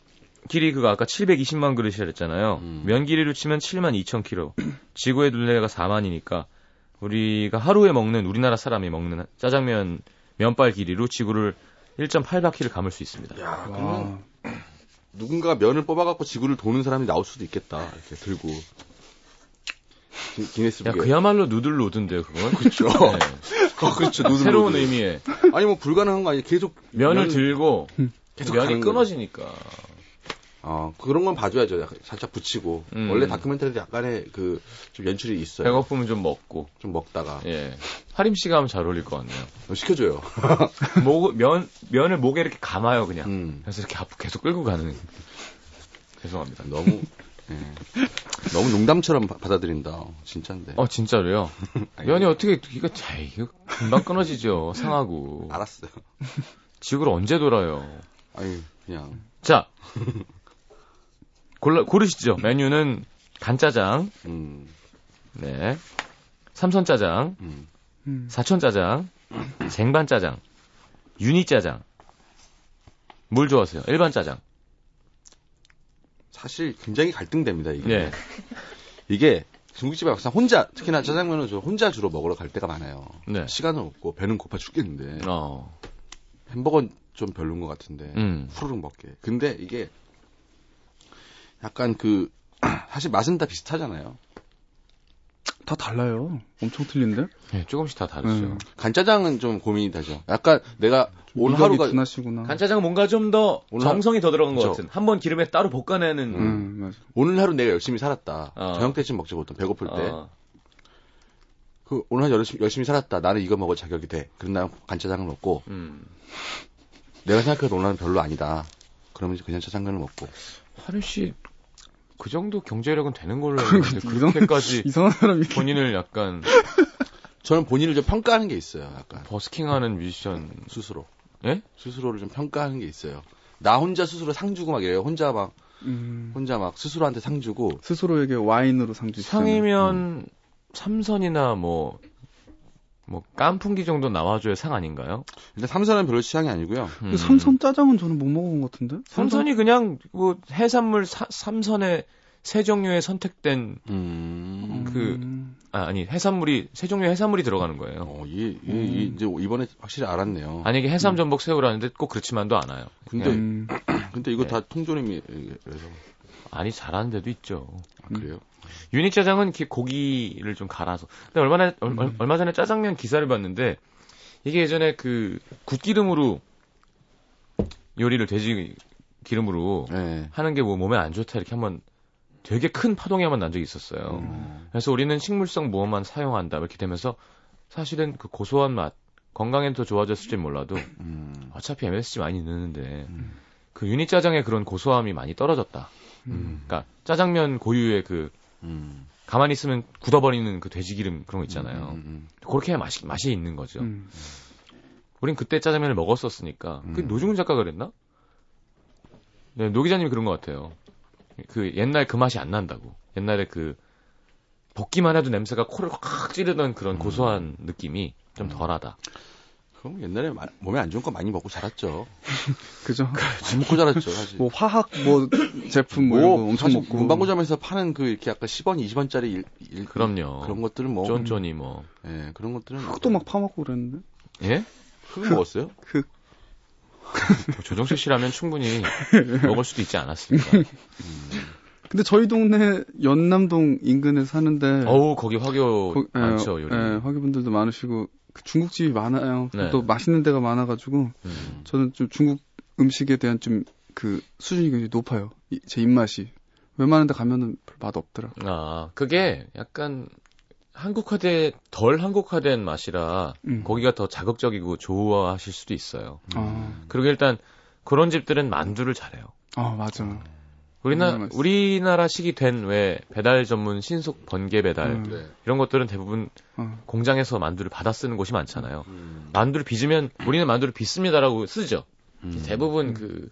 [SPEAKER 1] 길이 그거 아까 720만 그릇이라 했잖아요.
[SPEAKER 4] 음.
[SPEAKER 1] 면 길이로 치면 7만 2천 킬로. 지구의 둘레가 4만이니까 우리가 하루에 먹는 우리나라 사람이 먹는 짜장면 면발 길이로 지구를 1.8바퀴를 감을 수 있습니다.
[SPEAKER 3] 아,
[SPEAKER 4] 야, 그러면
[SPEAKER 3] 와,
[SPEAKER 4] 누군가 면을 뽑아갖고 지구를 도는 사람이 나올 수도 있겠다. 이렇게 들고. 기, 기네스북에.
[SPEAKER 1] 야, 그야말로 누들로드인데요, 그건. 네.
[SPEAKER 4] 그쵸. 어, 그렇죠. 누들
[SPEAKER 1] 새로운
[SPEAKER 4] 누들.
[SPEAKER 1] 의미의
[SPEAKER 4] 아니 뭐 불가능한 거 아니 계속
[SPEAKER 1] 면을
[SPEAKER 4] 면-
[SPEAKER 1] 들고
[SPEAKER 4] 계속
[SPEAKER 1] 면이
[SPEAKER 4] 가는 거죠.
[SPEAKER 1] 끊어지니까.
[SPEAKER 4] 아 그런 건 봐줘야죠. 약간 살짝 붙이고
[SPEAKER 1] 음.
[SPEAKER 4] 원래 다큐멘터리 약간의 그 좀 연출이 있어요.
[SPEAKER 1] 배고프면 좀 먹고.
[SPEAKER 4] 좀 먹다가
[SPEAKER 1] 예. 하림 씨가 하면 잘 어울릴 것 같네요.
[SPEAKER 4] 시켜줘요.
[SPEAKER 1] 목, 면, 면을 목에 이렇게 감아요, 그냥.
[SPEAKER 4] 음.
[SPEAKER 1] 그래서 이렇게 앞으로 계속 끌고 가는. 죄송합니다.
[SPEAKER 4] 너무 예. 너무 농담처럼 바- 받아들인다. 진짜인데.
[SPEAKER 1] 어,
[SPEAKER 4] (laughs)
[SPEAKER 1] 진짜로요? 면이 어떻게, 이거, 자, 이거 금방 끊어지죠. 상하고.
[SPEAKER 4] 알았어요.
[SPEAKER 1] 지구를 언제 돌아요?
[SPEAKER 4] 아니 그냥
[SPEAKER 1] 자. 골라, 고르시죠. 메뉴는 간짜장,
[SPEAKER 4] 음,
[SPEAKER 1] 네. 삼선짜장,
[SPEAKER 4] 음.
[SPEAKER 3] 음.
[SPEAKER 1] 사천짜장, 쟁반짜장, 유니짜장. 물 좋아하세요? 일반짜장.
[SPEAKER 4] 사실 굉장히 갈등됩니다 이게.
[SPEAKER 1] 네.
[SPEAKER 4] 이게 중국집에 막상 혼자 특히나 짜장면은 저 혼자 주로 먹으러 갈 때가 많아요.
[SPEAKER 1] 네.
[SPEAKER 4] 시간은 없고 배는 고파 죽겠는데
[SPEAKER 1] 어.
[SPEAKER 4] 햄버거는 좀 별론 것 같은데
[SPEAKER 1] 음.
[SPEAKER 4] 후루룩 먹게. 근데 이게 약간 그 (clears throat) 사실 맛은 다 비슷하잖아요.
[SPEAKER 3] 다 달라요. 엄청 틀린데?
[SPEAKER 1] 네, 조금씩 다 다르죠.
[SPEAKER 3] 음.
[SPEAKER 4] 간짜장은 좀 고민이 되죠. 약간 내가 오늘
[SPEAKER 3] 미각이
[SPEAKER 4] 하루가
[SPEAKER 3] 둔하시구나.
[SPEAKER 1] 간짜장 뭔가 좀 더
[SPEAKER 4] 올라-
[SPEAKER 1] 정성이 더 들어간 것
[SPEAKER 4] 그쵸.
[SPEAKER 1] 같은. 한 번 기름에 따로 볶아내는.
[SPEAKER 3] 음, 맞아.
[SPEAKER 4] 오늘 하루 내가 열심히 살았다.
[SPEAKER 1] 어.
[SPEAKER 4] 저녁 때쯤 먹지 못한 배고플 때.
[SPEAKER 1] 어,
[SPEAKER 4] 그 오늘 하루 열심히, 열심히 살았다. 나는 이거 먹을 자격이 돼. 그럼 나 간짜장을 먹고
[SPEAKER 1] 음.
[SPEAKER 4] 내가 생각해도 오늘은 별로 아니다. 그러면 이제 그냥 짜장면을 먹고.
[SPEAKER 1] 하림 씨, 그 정도 경제력은 되는 걸로 알는데
[SPEAKER 3] 이 정도-
[SPEAKER 1] 그렇게까지
[SPEAKER 3] 이상한 사람이
[SPEAKER 1] 본인을 약간
[SPEAKER 4] 저는 본인을 좀 평가하는 게 있어요. 약간
[SPEAKER 1] 버스킹하는 뮤지션.
[SPEAKER 4] 스스로.
[SPEAKER 1] 예?
[SPEAKER 4] 스스로를 좀 평가하는 게 있어요. 나 혼자 스스로 상 주고 막 이래요. 혼자 막
[SPEAKER 3] 음,
[SPEAKER 4] 혼자 막 스스로한테 상 주고
[SPEAKER 3] 스스로에게 와인으로 상주.
[SPEAKER 1] 상이면
[SPEAKER 3] 음.
[SPEAKER 1] 삼선이나 뭐, 뭐, 깐풍기 정도 나와줘야 상 아닌가요?
[SPEAKER 4] 일단 삼선은 별로 취향이 아니고요.
[SPEAKER 1] 음.
[SPEAKER 3] 그 삼선 짜장은 저는 못 먹어본 것 같은데.
[SPEAKER 1] 삼선이 그냥 뭐 해산물 사- 삼선의 세 종류에 선택된
[SPEAKER 4] 음.
[SPEAKER 1] 그-
[SPEAKER 3] 음,
[SPEAKER 1] 아, 아니 해산물이 세 종류의 해산물이 들어가는 거예요.
[SPEAKER 4] 어, 이, 이, 이
[SPEAKER 1] 음.
[SPEAKER 4] 이제 이번에 확실히 알았네요.
[SPEAKER 1] 아니 이게 해삼 전복 새우라는데 꼭 그렇지만도 않아요.
[SPEAKER 4] 근데
[SPEAKER 1] 그냥
[SPEAKER 3] 음,
[SPEAKER 4] 근데 이거
[SPEAKER 1] 네.
[SPEAKER 4] 다 통조림이 그래서
[SPEAKER 1] 아니 잘하는 데도 있죠.
[SPEAKER 4] 아, 그래요.
[SPEAKER 1] 유니 짜장은 이렇게 고기를 좀 갈아서. 근데 얼마 전에 얼- 얼- 얼마 전에 짜장면 기사를 봤는데 이게 예전에 그 굿기름으로 요리를 돼지 기름으로
[SPEAKER 4] 네.
[SPEAKER 1] 하는 게 뭐 몸에 안 좋다 이렇게 한번 되게 큰 파동이 한번 난 적이 있었어요.
[SPEAKER 4] 음.
[SPEAKER 1] 그래서 우리는 식물성 무엇만 사용한다 이렇게 되면서 사실은 그 고소한 맛 건강엔 더 좋아졌을지 몰라도
[SPEAKER 4] 음.
[SPEAKER 1] 어차피 MSG 많이 넣는데 그 유니 짜장의 그런 고소함이 많이 떨어졌다.
[SPEAKER 4] 음.
[SPEAKER 1] 그러니까 짜장면 고유의 그
[SPEAKER 4] 음.
[SPEAKER 1] 가만히 있으면 굳어버리는 그 돼지 기름 그런 거 있잖아요.
[SPEAKER 4] 음, 음,
[SPEAKER 1] 그렇게 해야 맛이, 맛이 있는 거죠.
[SPEAKER 3] 음.
[SPEAKER 1] 우린 그때 짜장면을 먹었었으니까. 그
[SPEAKER 4] 음.
[SPEAKER 1] 노중훈 작가가 그랬나? 네, 노 기자님이 그런 것 같아요. 그 옛날 그 맛이 안 난다고. 옛날에 그 볶기만 해도 냄새가 코를 확 찌르던
[SPEAKER 4] 음.
[SPEAKER 1] 그런 고소한 느낌이 좀 덜하다.
[SPEAKER 4] 그럼 옛날에 마- 몸에 안 좋은 거 많이 먹고 (laughs) 자랐죠.
[SPEAKER 3] 그죠?
[SPEAKER 4] 많이 먹고 자랐죠, 사실.
[SPEAKER 3] 뭐 화학 뭐 제품 뭐, 이런 거 엄청
[SPEAKER 4] 사실
[SPEAKER 3] 먹고
[SPEAKER 4] 문방구점에서 파는 그 이렇게 약간 10원, 20원짜리 일, 일,
[SPEAKER 1] 그럼요.
[SPEAKER 4] 그런 것들은 뭐,
[SPEAKER 1] 쫀쫀이 뭐.
[SPEAKER 4] 예, 그런 것들은
[SPEAKER 3] 흙도 막 파먹고 그랬는데
[SPEAKER 1] 예?
[SPEAKER 4] 흙 먹었어요?
[SPEAKER 3] 흙
[SPEAKER 1] 뭐 조정식 씨라면
[SPEAKER 4] (laughs)
[SPEAKER 1] 충분히 먹을 수도 있지 않았을까.
[SPEAKER 3] 근데 저희 동네 연남동 인근에 사는데
[SPEAKER 1] 어우, 거기 화교
[SPEAKER 3] 네. 거- 예,
[SPEAKER 1] 많죠, 요리.
[SPEAKER 3] 예, 화기분들도 많으시고 그 중국집이 많아요
[SPEAKER 1] 네.
[SPEAKER 3] 또 맛있는 데가 많아가지고
[SPEAKER 1] 음.
[SPEAKER 3] 저는 좀 중국 음식에 대한 좀 그 수준이 굉장히 높아요 이- 제 입맛이 웬만한 데 가면은 별맛 없더라
[SPEAKER 1] 아, 그게 약간 한국화된, 덜 한국화된 맛이라
[SPEAKER 3] 음.
[SPEAKER 1] 거기가 더 자극적이고 좋아하실 수도 있어요.
[SPEAKER 3] 아,
[SPEAKER 1] 그리고 일단 그런 집들은 만두를 잘해요.
[SPEAKER 3] 아 맞아
[SPEAKER 1] 우리나,
[SPEAKER 3] 음, 맛있어.
[SPEAKER 1] 우리나라식이 된 왜 배달 전문 신속 번개 배달
[SPEAKER 3] 음.
[SPEAKER 4] 네.
[SPEAKER 1] 이런 것들은 대부분
[SPEAKER 3] 어.
[SPEAKER 1] 공장에서 만두를 받아 쓰는 곳이 많잖아요.
[SPEAKER 4] (laughs) 음.
[SPEAKER 1] 만두를 빚으면 우리는 만두를 빚습니다라고 쓰죠.
[SPEAKER 3] 음.
[SPEAKER 1] 대부분 그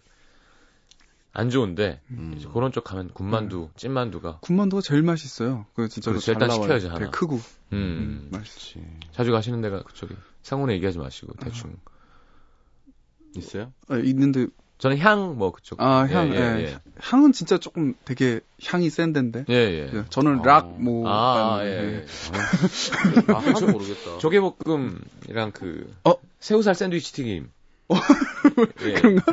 [SPEAKER 1] 안 좋은데
[SPEAKER 4] 음.
[SPEAKER 1] 이제 그런 쪽 가면 군만두,
[SPEAKER 3] 음.
[SPEAKER 1] 찐만두가
[SPEAKER 3] 군만두가 제일 맛있어요 그 진짜로
[SPEAKER 1] 그렇죠.
[SPEAKER 3] 잘
[SPEAKER 1] 일단
[SPEAKER 3] 나와요
[SPEAKER 1] 시켜야지,
[SPEAKER 3] 되게
[SPEAKER 1] 하나.
[SPEAKER 3] 크고
[SPEAKER 1] 음,
[SPEAKER 3] 음, 맛있어
[SPEAKER 4] 그치.
[SPEAKER 1] 자주 가시는 데가 그쪽이 상호는 얘기하지 마시고 대충
[SPEAKER 4] 있어요?
[SPEAKER 3] 아, 있는데
[SPEAKER 1] 저는 향 뭐 그쪽
[SPEAKER 3] 아,
[SPEAKER 1] 예,
[SPEAKER 3] 향,
[SPEAKER 1] 예,
[SPEAKER 3] 예.
[SPEAKER 1] 예.
[SPEAKER 3] 향은 진짜 조금 되게 향이 센 데인데.
[SPEAKER 1] 예, 예.
[SPEAKER 3] 예, 저는
[SPEAKER 4] 아.
[SPEAKER 3] 락, 뭐.
[SPEAKER 1] 아, 아,
[SPEAKER 3] 하는,
[SPEAKER 1] 예,
[SPEAKER 3] 예.
[SPEAKER 1] 예.
[SPEAKER 4] (laughs) 아, 하나도 모르겠다.
[SPEAKER 1] 조개볶음이랑 그
[SPEAKER 3] 어?
[SPEAKER 1] 새우살 샌드위치 튀김. (laughs) 예.
[SPEAKER 3] 그런가?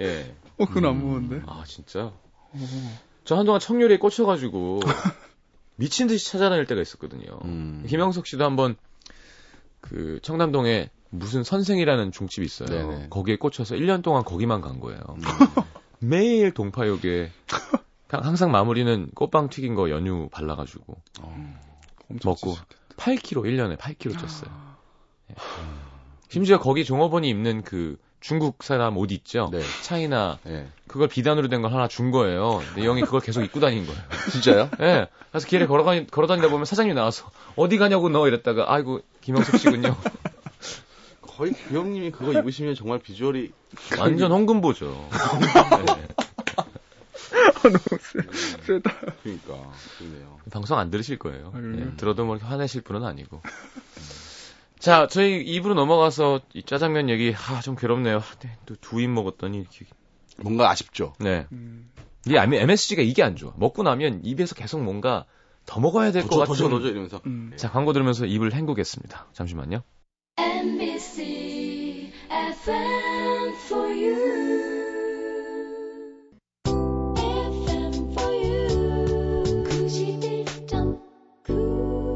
[SPEAKER 1] 예.
[SPEAKER 3] 어, 그건 안 먹었는데.
[SPEAKER 1] 아 진짜. 저 한동안 청요리에 꽂혀가지고 미친 듯이 찾아다닐 때가 있었거든요.
[SPEAKER 4] 음.
[SPEAKER 1] 김영석 씨도 한번 그 청담동에 무슨 선생이라는 중집이 있어요.
[SPEAKER 4] 네네.
[SPEAKER 1] 거기에 꽂혀서 1년 동안 거기만 간 거예요.
[SPEAKER 4] 음. (laughs)
[SPEAKER 1] 매일 동파육에 그냥 항상 마무리는 꽃빵 튀긴 거 연유 발라가지고
[SPEAKER 4] 어.
[SPEAKER 3] 엄청 아.
[SPEAKER 1] 먹고 8kg 1년에 8kg 쪘어요. 예. 심지어 거기 종업원이 입는 그 중국 사람 옷 있죠?
[SPEAKER 4] 네.
[SPEAKER 1] 차이나
[SPEAKER 4] 예.
[SPEAKER 1] 그걸 비단으로 된 걸 하나 준 거예요. 근데 이 형이 그걸 계속 입고 다닌 거예요.
[SPEAKER 4] 진짜요?
[SPEAKER 1] 예. 그래서 길에 걸어가, 걸어다니다 보면 사장님이 나와서 어디 가냐고 너 이랬다가 아이고, 김영석 씨군요.
[SPEAKER 4] 거의 그 형님이 그거 입으시면 정말 비주얼이
[SPEAKER 1] 완전 홍금보죠. 예.
[SPEAKER 3] 세다.
[SPEAKER 4] 그러니까 그러네요.
[SPEAKER 1] 방송 안 들으실 거예요.
[SPEAKER 3] 아, 그래요?
[SPEAKER 1] 예, 들어도 뭐 이렇게 화내실 분은 아니고. 예. 자, 저희 입으로 넘어가서 이 짜장면 얘기, 아, 좀 괴롭네요. 두 입 먹었더니. 이렇게-
[SPEAKER 4] 뭔가 아쉽죠.
[SPEAKER 1] 네.
[SPEAKER 3] 음.
[SPEAKER 1] 이 MSG가 이게 안 좋아. 먹고 나면 입에서 계속 뭔가 더 먹어야 될 것
[SPEAKER 4] 더줘, 더줘,
[SPEAKER 1] 같은.
[SPEAKER 4] 더줘 이러면서. 예.
[SPEAKER 3] 음.
[SPEAKER 1] 자, 광고 들으면서 입을 헹구겠습니다. 잠시만요.
[SPEAKER 6] NBC FM for you. FM for you. 91.9.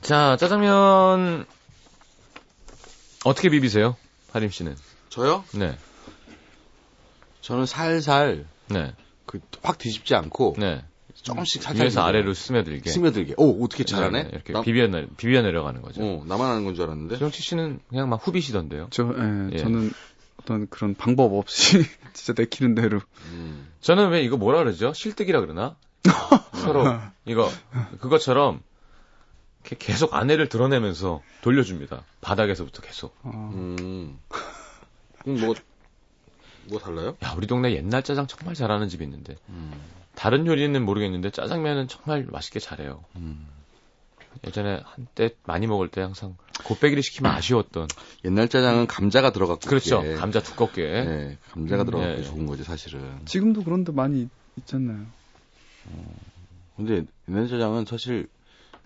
[SPEAKER 1] 자, 짜장면 어떻게 비비세요? 하림 씨는.
[SPEAKER 4] 저요?
[SPEAKER 1] 네.
[SPEAKER 4] 저는 살살
[SPEAKER 1] 네.
[SPEAKER 4] 그 확 뒤집지 않고
[SPEAKER 1] 네.
[SPEAKER 4] 조금씩 살살
[SPEAKER 1] 위에서
[SPEAKER 4] 뒤집어요.
[SPEAKER 1] 아래로 스며들게.
[SPEAKER 4] 스며들게. 오 어떻게 잘하네.
[SPEAKER 1] 네, 이렇게
[SPEAKER 4] 나-
[SPEAKER 1] 비벼내, 그렇죠? 비벼내려가는 거죠.
[SPEAKER 4] 어, 나만 하는 건 줄 알았는데.
[SPEAKER 1] 조정치 씨는 그냥 막 후비시던데요.
[SPEAKER 3] 저, 예,
[SPEAKER 1] 예.
[SPEAKER 3] 저는 어떤 그런 방법 없이 (laughs) 진짜 내키는 대로.
[SPEAKER 4] 음.
[SPEAKER 1] 저는 왜 이거 뭐라 그러죠? 실뜨기라
[SPEAKER 4] (laughs)
[SPEAKER 1] 그러나? 서로 이거 그것처럼 이렇게 계속 아내를 드러내면서 돌려줍니다. 바닥에서부터 계속.
[SPEAKER 3] 어,
[SPEAKER 4] 음. (laughs) 그럼 뭐, 뭐 달라요?
[SPEAKER 1] 야 우리 동네 옛날 짜장 정말 잘하는 집이 있는데
[SPEAKER 4] 음.
[SPEAKER 1] 다른 요리는 모르겠는데 짜장면은 정말 맛있게 잘해요.
[SPEAKER 4] 음.
[SPEAKER 1] 예전에 한때 많이 먹을 때 항상 곱빼기를 시키면 아쉬웠던
[SPEAKER 4] 옛날 짜장은 감자가 들어갔고.
[SPEAKER 1] 그렇죠.
[SPEAKER 4] 그게.
[SPEAKER 1] 감자 두껍게
[SPEAKER 4] 네, 감자가 들어갔고
[SPEAKER 1] 예.
[SPEAKER 4] 좋은 거지, 사실은.
[SPEAKER 3] 지금도 그런데 많이 있- 있잖아요.
[SPEAKER 4] 근데 옛날 짜장은 사실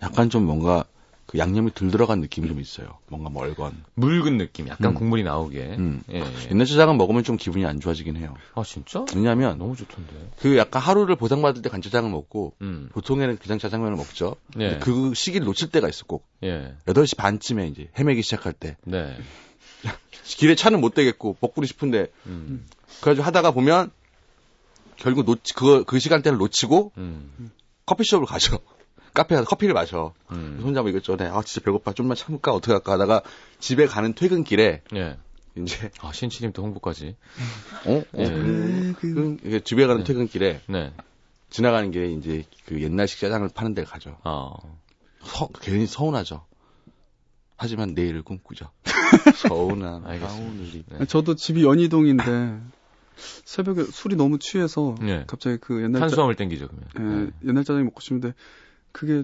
[SPEAKER 4] 약간 좀 뭔가 그 양념이 덜 들어간 느낌이 좀 있어요. 뭔가 멀건.
[SPEAKER 1] 묽은 느낌, 약간
[SPEAKER 4] 음.
[SPEAKER 1] 국물이 나오게.
[SPEAKER 4] 음.
[SPEAKER 1] 예.
[SPEAKER 4] 옛날 짜장은 먹으면 좀 기분이 안 좋아지긴 해요.
[SPEAKER 1] 아 진짜?
[SPEAKER 4] 왜냐면
[SPEAKER 1] 너무 좋던데.
[SPEAKER 4] 그 약간 하루를 보상받을 때 간짜장을 먹고
[SPEAKER 1] 음.
[SPEAKER 4] 보통에는 그냥 짜장면을 먹죠.
[SPEAKER 1] 예.
[SPEAKER 4] 근데 그 시기를 놓칠 때가 있어 꼭.
[SPEAKER 1] 예.
[SPEAKER 4] 8시 반쯤에 이제 헤매기 시작할 때.
[SPEAKER 1] 네.
[SPEAKER 4] 길에 차는 못 대겠고 먹고 싶은데
[SPEAKER 1] 음.
[SPEAKER 4] 그래가지고 하다가 보면 결국 놓치 그거 그 시간대를 놓치고
[SPEAKER 1] 음.
[SPEAKER 4] 커피숍을 가죠. (laughs) 카페 가서 커피를 마셔.
[SPEAKER 1] 음.
[SPEAKER 4] 혼자 뭐 이것저것 해. 아 진짜 배고파. 좀만 참을까 어떻게 할까 하다가 집에 가는 퇴근길에
[SPEAKER 1] 예.
[SPEAKER 4] 이제
[SPEAKER 1] 아 신치님 또 홍보까지.
[SPEAKER 4] (laughs) 어? 네. 어?
[SPEAKER 1] 예.
[SPEAKER 4] 그- 이게 집에 가는 퇴근길에
[SPEAKER 1] 네.
[SPEAKER 4] 지나가는 길에 이제 그 옛날식 짜장을 파는 데 가죠.
[SPEAKER 1] 어.
[SPEAKER 4] 서, 괜히 서운하죠. 하지만 내일을 (laughs) 꿈꾸죠. 서운한
[SPEAKER 1] 알겠습니다.
[SPEAKER 4] 하오늘이.
[SPEAKER 1] 네.
[SPEAKER 3] 아, 아니, 저도 집이 연희동인데 새벽에 술이 너무 취해서
[SPEAKER 1] 예.
[SPEAKER 3] 갑자기 그 옛날 짜,
[SPEAKER 1] 탄수화물 네. 땡기죠 그러면.
[SPEAKER 3] 예, 옛날 짜장이 먹고 싶은데 그게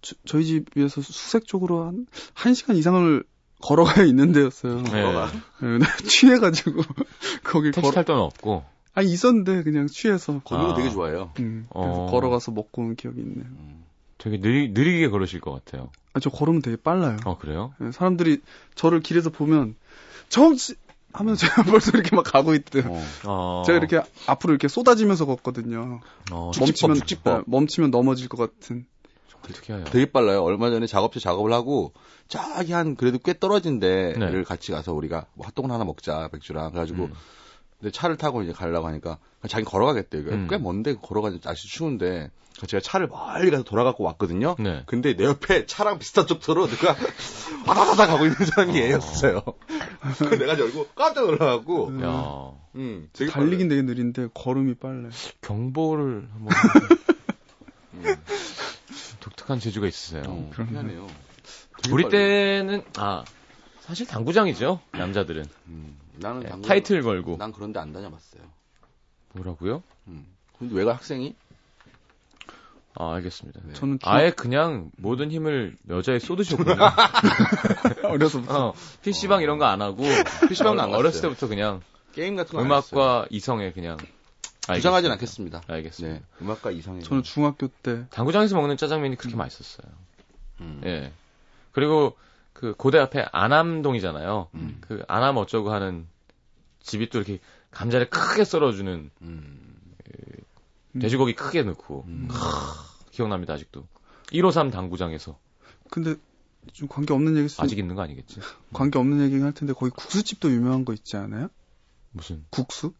[SPEAKER 3] 저, 저희 집에서 수색 쪽으로 한 1시간 이상을 걸어가야 있는 데였어요. (laughs)
[SPEAKER 1] 네.
[SPEAKER 4] 아,
[SPEAKER 3] 예, 취해가지고 거길
[SPEAKER 1] 택시
[SPEAKER 3] 걸어
[SPEAKER 1] 탈 데는 없고.
[SPEAKER 3] 아니 있었는데 그냥 취해서
[SPEAKER 4] 걷는 거
[SPEAKER 1] 아.
[SPEAKER 4] 되게 좋아해요.
[SPEAKER 3] 음, 그래서
[SPEAKER 1] 어.
[SPEAKER 3] 걸어가서 먹고 온 기억이 있네요.
[SPEAKER 1] 되게 느리, 느리게 걸으실 것 같아요.
[SPEAKER 3] 아, 저 걸으면 되게 빨라요.
[SPEAKER 1] 어 그래요?
[SPEAKER 3] 예, 사람들이 저를 길에서 보면 정치 하면서 제가 (laughs) 벌써 이렇게 막 가고 있대요.
[SPEAKER 4] 어.
[SPEAKER 1] 어.
[SPEAKER 3] 제가 이렇게 앞으로 이렇게 쏟아지면서 걷거든요.
[SPEAKER 1] 어,
[SPEAKER 4] 축지법, 축지법.
[SPEAKER 3] 예, 멈추면 넘어질 것 같은.
[SPEAKER 1] 어떻게 해요?
[SPEAKER 4] 되게 빨라요. 얼마 전에 작업실 작업을 하고 저기 한 그래도 꽤 떨어진 데를
[SPEAKER 1] 네.
[SPEAKER 4] 같이 가서 우리가 뭐 핫도그나 하나 먹자 맥주랑 그래가지고
[SPEAKER 1] 음.
[SPEAKER 4] 근데 차를 타고 이제 가려고 하니까 자기 걸어가겠대요. 그러니까
[SPEAKER 1] 음.
[SPEAKER 4] 꽤 먼데 걸어가지 날씨 추운데 제가 차를 멀리 가서 돌아갖고 왔거든요.
[SPEAKER 1] 네.
[SPEAKER 4] 근데 내 옆에 차랑 비슷한 쪽도로 누가 와다다다 가고 있는 사람이
[SPEAKER 1] (laughs)
[SPEAKER 4] 애였어요. 그 내가 열고 깜짝 놀라갖고
[SPEAKER 3] 음.
[SPEAKER 1] 야
[SPEAKER 4] 음, 되게
[SPEAKER 3] 달리긴 되게 느린데 걸음이 빨라요.
[SPEAKER 1] 네. 경보를
[SPEAKER 3] (laughs)
[SPEAKER 1] 한번. 음. 독특한 재주가 있으세요.
[SPEAKER 4] 빨라요. 어,
[SPEAKER 3] 그러네요.
[SPEAKER 4] 희한해요. 되게
[SPEAKER 1] 우리
[SPEAKER 4] 빨라요.
[SPEAKER 1] 때는 아 사실 당구장이죠 남자들은
[SPEAKER 4] 음, 나는
[SPEAKER 1] 네,
[SPEAKER 4] 당구-
[SPEAKER 1] 타이틀 걸고
[SPEAKER 4] 난 그런데 안 다녀봤어요.
[SPEAKER 1] 뭐라고요?
[SPEAKER 4] 음. 근데 외가 학생이
[SPEAKER 1] 아 알겠습니다.
[SPEAKER 4] 네.
[SPEAKER 3] 저는 중학-
[SPEAKER 1] 아예 그냥 모든 힘을 여자에 쏟으셨군요.
[SPEAKER 3] (laughs) 어려서부터
[SPEAKER 1] 어, PC방 이런 거 안 하고
[SPEAKER 4] PC방도 안
[SPEAKER 1] 어렸을
[SPEAKER 4] 갔어요.
[SPEAKER 1] 때부터 그냥
[SPEAKER 4] 게임 같은 거안 했어요.
[SPEAKER 1] 음악과 이성에 그냥
[SPEAKER 4] 주장하진
[SPEAKER 1] 알겠습니다.
[SPEAKER 4] 않겠습니다.
[SPEAKER 1] 알겠습니다.
[SPEAKER 4] 네, 음악과 이상해.
[SPEAKER 3] 저는 중학교 때
[SPEAKER 1] 당구장에서 먹는 짜장면이 그렇게 맛있었어요.
[SPEAKER 4] 음.
[SPEAKER 1] 예. 그리고 그 고대 앞에 안암동이잖아요.
[SPEAKER 4] 음.
[SPEAKER 1] 그 안암 어쩌고 하는 집이 또 이렇게 감자를 크게 썰어주는
[SPEAKER 4] 음.
[SPEAKER 3] 음.
[SPEAKER 1] 돼지고기 크게 넣고
[SPEAKER 4] 음.
[SPEAKER 1] 기억납니다 아직도. 153 당구장에서
[SPEAKER 3] 근데 좀 관계 없는 얘기 수
[SPEAKER 1] 아직 있는 거 아니겠지?
[SPEAKER 3] 관계 없는 얘기긴 할 텐데 거기 국수집도 유명한 거 있지 않아요?
[SPEAKER 1] 무슨
[SPEAKER 3] 국수?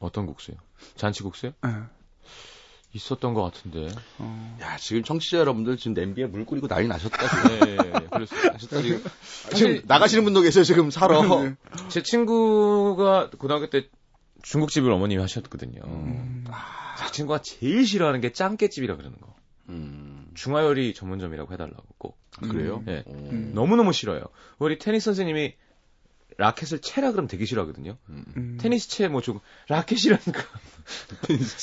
[SPEAKER 1] 어떤 국수요? 잔치국수요?
[SPEAKER 3] 예.
[SPEAKER 1] 있었던 것 같은데.
[SPEAKER 3] 어.
[SPEAKER 4] 야, 지금 청취자 여러분들 지금 냄비에 물 끓이고 난리 나셨다.
[SPEAKER 1] (laughs)
[SPEAKER 4] 지금.
[SPEAKER 1] 네, 그래서
[SPEAKER 4] 나셨다 지금.
[SPEAKER 1] 사실-
[SPEAKER 4] 지금 나가시는 분도 계세요. 지금 사러.
[SPEAKER 3] 네.
[SPEAKER 1] 제 친구가 고등학교 때 중국집을 어머님이 하셨거든요. 아.
[SPEAKER 4] 음.
[SPEAKER 1] 제 친구가 제일 싫어하는 게 짱깨집이라 그러는 거.
[SPEAKER 4] 음.
[SPEAKER 1] 중화요리 전문점이라고 해달라고 꼭.
[SPEAKER 4] 그래요?
[SPEAKER 1] 네.
[SPEAKER 4] 어.
[SPEAKER 3] 음.
[SPEAKER 1] 너무너무 싫어요. 우리 테니스 선생님이 라켓을 채라 그러면 되게 싫어하거든요.
[SPEAKER 3] 음.
[SPEAKER 1] 테니스 채 뭐 조금 라켓이라니까.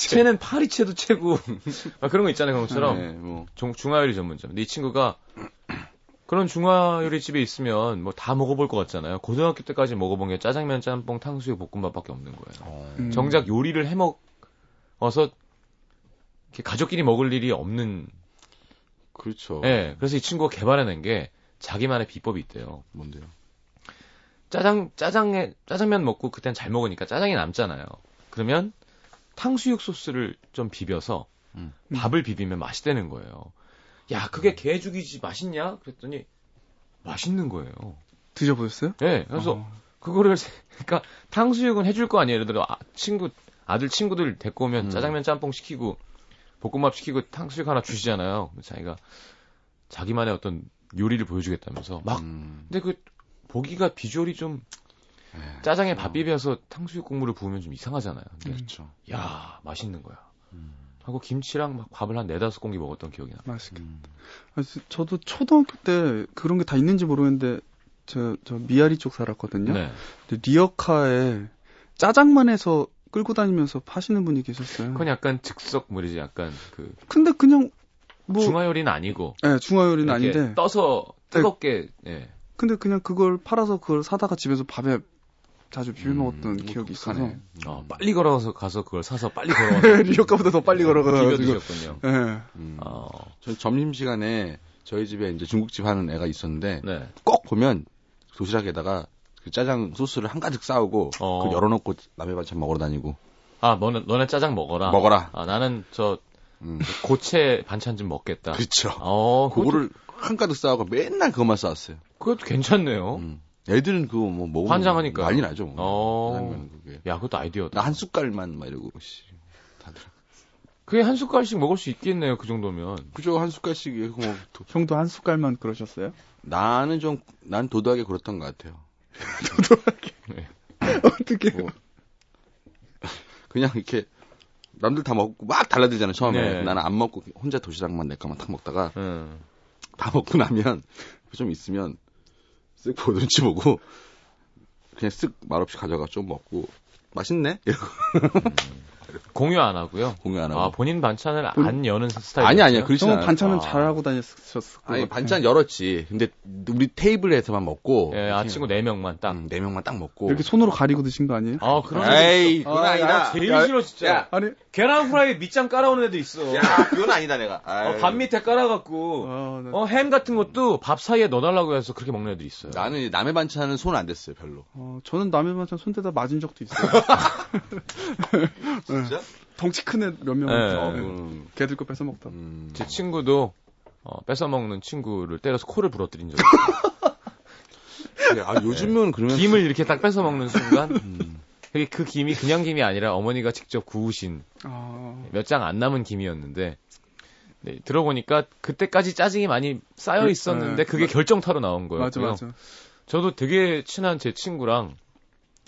[SPEAKER 1] 채는 파리 채도 채고 (laughs) 막 그런 거 있잖아요. 그런 것처럼
[SPEAKER 4] 네, 뭐.
[SPEAKER 1] 종- 중화요리 전문점. 근데 이 친구가 그런 중화요리 집에 있으면 뭐 다 먹어볼 것 같잖아요. 고등학교 때까지 먹어본 게 짜장면, 짬뽕, 탕수육, 볶음밥밖에 없는 거예요.
[SPEAKER 4] 어,
[SPEAKER 3] 음.
[SPEAKER 1] 정작 요리를 해 먹어서 이렇게 가족끼리 먹을 일이 없는.
[SPEAKER 4] 그렇죠.
[SPEAKER 1] 예. 그래서 이 친구가 개발해낸 게 자기만의 비법이 있대요.
[SPEAKER 4] 뭔데요?
[SPEAKER 1] 짜장 짜장에 짜장면 먹고 그땐 잘 먹으니까 짜장이 남잖아요. 그러면 탕수육 소스를 좀 비벼서
[SPEAKER 4] 음.
[SPEAKER 1] 밥을 비비면 맛있다는 거예요. 야, 그게 개죽이지 맛있냐? 그랬더니 맛있는 거예요.
[SPEAKER 3] 드셔보셨어요?
[SPEAKER 1] 예. 그래서
[SPEAKER 3] 어.
[SPEAKER 1] 그거를 (laughs) 세- 그러니까 탕수육은 해줄 거 아니에요. 예를 들어 아, 친구 아들 친구들 데리고 오면
[SPEAKER 4] 음.
[SPEAKER 1] 짜장면 짬뽕 시키고 볶음밥 시키고 탕수육 하나 주시잖아요. 근데 자기가 자기만의 어떤 요리를 보여주겠다면서 막
[SPEAKER 4] 음.
[SPEAKER 1] 근데 그 보기가 비주얼이 좀
[SPEAKER 3] 네,
[SPEAKER 4] 예,
[SPEAKER 1] 짜장에 밥
[SPEAKER 3] 그렇죠.
[SPEAKER 4] 어.
[SPEAKER 1] 비벼서 탕수육 국물을 부으면 좀 이상하잖아요.
[SPEAKER 3] 음.
[SPEAKER 1] 근데
[SPEAKER 4] 그렇죠.
[SPEAKER 1] 야 맛있는 거야.
[SPEAKER 4] 음.
[SPEAKER 1] 하고 김치랑 막 밥을 한 네다섯 공기 먹었던 기억이 나.
[SPEAKER 3] 맛있게.
[SPEAKER 4] 음.
[SPEAKER 3] 아, 저- 저도 초등학교 때 그런 게 다 있는지 모르겠는데 저, 저 미아리 쪽 살았거든요. 음.
[SPEAKER 1] 네.
[SPEAKER 3] 근데 리어카에 짜장만 해서 끌고 다니면서 파시는 분이 계셨어요.
[SPEAKER 1] 그건 약간 즉석물이지 약간 그
[SPEAKER 3] 근데 그냥 뭐
[SPEAKER 1] 중화요리는 아니고
[SPEAKER 3] 예, 중화요리는
[SPEAKER 1] 이렇게
[SPEAKER 3] 아닌데 네.
[SPEAKER 1] 떠서 뜨겁게 예.
[SPEAKER 3] 근데 그냥 그걸 팔아서 그걸 사다가 집에서 밥에 자주 비벼 먹었던
[SPEAKER 4] 음,
[SPEAKER 3] 기억이
[SPEAKER 4] 독특하네. (laughs)
[SPEAKER 3] 있어서
[SPEAKER 1] 어, 빨리 걸어서 가서 그걸 사서 빨리 걸어와서
[SPEAKER 3] 리어카보다 더 빨리 걸어가가지고
[SPEAKER 1] 비벼드셨군요.
[SPEAKER 3] 예.
[SPEAKER 4] 음.
[SPEAKER 1] 어,
[SPEAKER 4] 전 점심 시간에 저희 집에 이제 중국집 하는 애가 있었는데
[SPEAKER 1] 네.
[SPEAKER 4] 꼭 보면 도시락에다가 그 짜장 소스를 한 가득 싸오고
[SPEAKER 1] 어.
[SPEAKER 4] 그 열어놓고 남의 반찬 먹으러 다니고
[SPEAKER 1] 아, 너네, 너네 짜장 먹어라.
[SPEAKER 4] 먹어라.
[SPEAKER 1] 아, 나는 저
[SPEAKER 4] 음.
[SPEAKER 1] 고체 반찬 좀 먹겠다.
[SPEAKER 4] 그렇죠.
[SPEAKER 1] 어, 아. 그거를
[SPEAKER 4] 그거를 한 가득 싸오고 맨날 그것만 싸왔어요.
[SPEAKER 1] 그것도 괜찮네요.
[SPEAKER 4] 음. 애들은 그거 뭐 먹으면
[SPEAKER 1] 어? 환장하니까요.
[SPEAKER 4] 난리 나죠. 뭐.
[SPEAKER 1] 어.
[SPEAKER 4] 짜장면 그게
[SPEAKER 1] 야, 그것도 아이디어다.
[SPEAKER 4] 나 한 숟갈만 막 이러고 씨. 다들
[SPEAKER 1] 그게 한 숟갈씩 먹을 수 있겠네요, 그 정도면.
[SPEAKER 4] 그죠 한 숟갈씩 이렇게 뭐 도-
[SPEAKER 3] 형도 한 숟갈만 그러셨어요?
[SPEAKER 4] 나는 좀 난 도도하게 그렇던 것 같아요.
[SPEAKER 3] (laughs) 어떻게
[SPEAKER 4] 그냥 이렇게 남들 다 먹고 막 달라들잖아 처음에.
[SPEAKER 1] 네.
[SPEAKER 4] 나는 안 먹고 혼자 도시락만 내 거만 탁 먹다가
[SPEAKER 1] 음.
[SPEAKER 4] 다 먹고 나면 (laughs) 좀 있으면 쓱 보고 눈치 보고 그냥 쓱 말없이 가져가 좀 먹고 맛있네 이러고
[SPEAKER 1] 공유 안 하고요.
[SPEAKER 4] 공유 안 하고.
[SPEAKER 1] 아 본인 반찬을 안 여는 스타일.
[SPEAKER 4] 아니 아니야 그렇지
[SPEAKER 3] 형은
[SPEAKER 4] 않아.
[SPEAKER 3] 반찬은
[SPEAKER 1] 아.
[SPEAKER 3] 잘하고 다녔었을 것
[SPEAKER 4] 아니
[SPEAKER 3] 같아.
[SPEAKER 4] 반찬 열었지. 근데 우리 테이블에서만 먹고
[SPEAKER 1] 예, 아 친구 네 명만 딱.
[SPEAKER 4] 음, 네 명만 딱 먹고.
[SPEAKER 3] 이렇게 손으로 가리고 드신 거 아니에요?
[SPEAKER 1] 아 그런.
[SPEAKER 4] 에이 그건
[SPEAKER 3] 아,
[SPEAKER 4] 아니다.
[SPEAKER 3] 나
[SPEAKER 1] 제일
[SPEAKER 4] 야,
[SPEAKER 1] 싫어 진짜.
[SPEAKER 4] 야,
[SPEAKER 3] 아니
[SPEAKER 1] 계란 후라이 밑장 깔아오는 애도 있어.
[SPEAKER 4] 야, 그건 아니다 내가.
[SPEAKER 1] 어,
[SPEAKER 4] 아이.
[SPEAKER 1] 밥 밑에 깔아갖고
[SPEAKER 3] 아, 나-
[SPEAKER 1] 어 햄 같은 것도 밥 사이에 넣어달라고 해서 그렇게 먹는 애도 있어요.
[SPEAKER 4] 나는 이제 남의 반찬은 손 안 댔어요 별로.
[SPEAKER 3] 어, 저는 남의 반찬 손대다 맞은 적도 있어요.
[SPEAKER 1] (laughs)
[SPEAKER 4] 진짜?
[SPEAKER 3] 덩치 큰 애 몇 명.
[SPEAKER 1] 네.
[SPEAKER 4] 어,
[SPEAKER 3] 네.
[SPEAKER 4] 음,
[SPEAKER 3] 걔들 거 뺏어 먹다.
[SPEAKER 4] 음.
[SPEAKER 1] 제 친구도 어, 뺏어 먹는 친구를 때려서 코를 부러뜨린 적. 있어요.
[SPEAKER 4] 그래, 아 요즘은 그러면
[SPEAKER 1] 김을 이렇게 딱 뺏어 먹는
[SPEAKER 3] 음.
[SPEAKER 1] 순간. 그게 그 김이 그냥 김이 아니라 어머니가 직접 구우신
[SPEAKER 3] 아,
[SPEAKER 1] 몇 장 안 남은 김이었는데 네, 들어보니까 그때까지 짜증이 많이 쌓여
[SPEAKER 3] 그,
[SPEAKER 1] 있었는데
[SPEAKER 3] 에,
[SPEAKER 1] 그게 결정타로 나온 거예요.
[SPEAKER 3] 맞아 맞아.
[SPEAKER 1] 저도 되게 친한 제 친구랑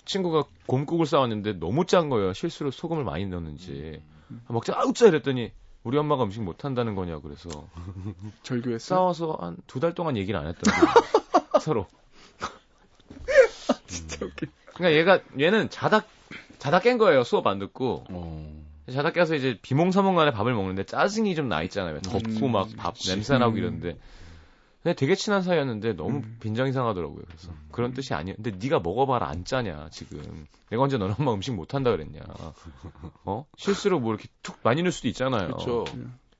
[SPEAKER 1] 친구가 곰국을 싸왔는데 너무 짠 거예요. 실수로 소금을 많이 넣었는지 먹자 아우짜 이랬더니 우리 엄마가 음식 못 한다는 거냐 아, 그래서
[SPEAKER 3] 절교했어.
[SPEAKER 1] 싸워서 한 두 달 동안 얘기를 안 했던 (laughs) 거예요. 서로.
[SPEAKER 3] 진짜 웃겨.
[SPEAKER 1] 그러니까 얘가 얘는 자다 자다 깬 거예요. 수업 안 듣고
[SPEAKER 4] 어,
[SPEAKER 1] 자다 깨서 이제 비몽사몽간에 밥을 먹는데 짜증이 좀 나 있잖아요. 왜 덥고
[SPEAKER 3] 음,
[SPEAKER 1] 막 밥
[SPEAKER 3] 그치.
[SPEAKER 1] 냄새 나고
[SPEAKER 3] 음.
[SPEAKER 1] 이런데. 근데 되게 친한 사이였는데 너무
[SPEAKER 4] 음.
[SPEAKER 1] 빈정이 상하더라고요. 그래서 그런 뜻이 아니야. 근데 네가 먹어봐라 안 짜냐 지금. 내가 언제 너네 엄마 음식 못한다 그랬냐. 어? 실수로 뭐 이렇게 툭 많이 넣을 수도 있잖아요.
[SPEAKER 4] 그렇죠.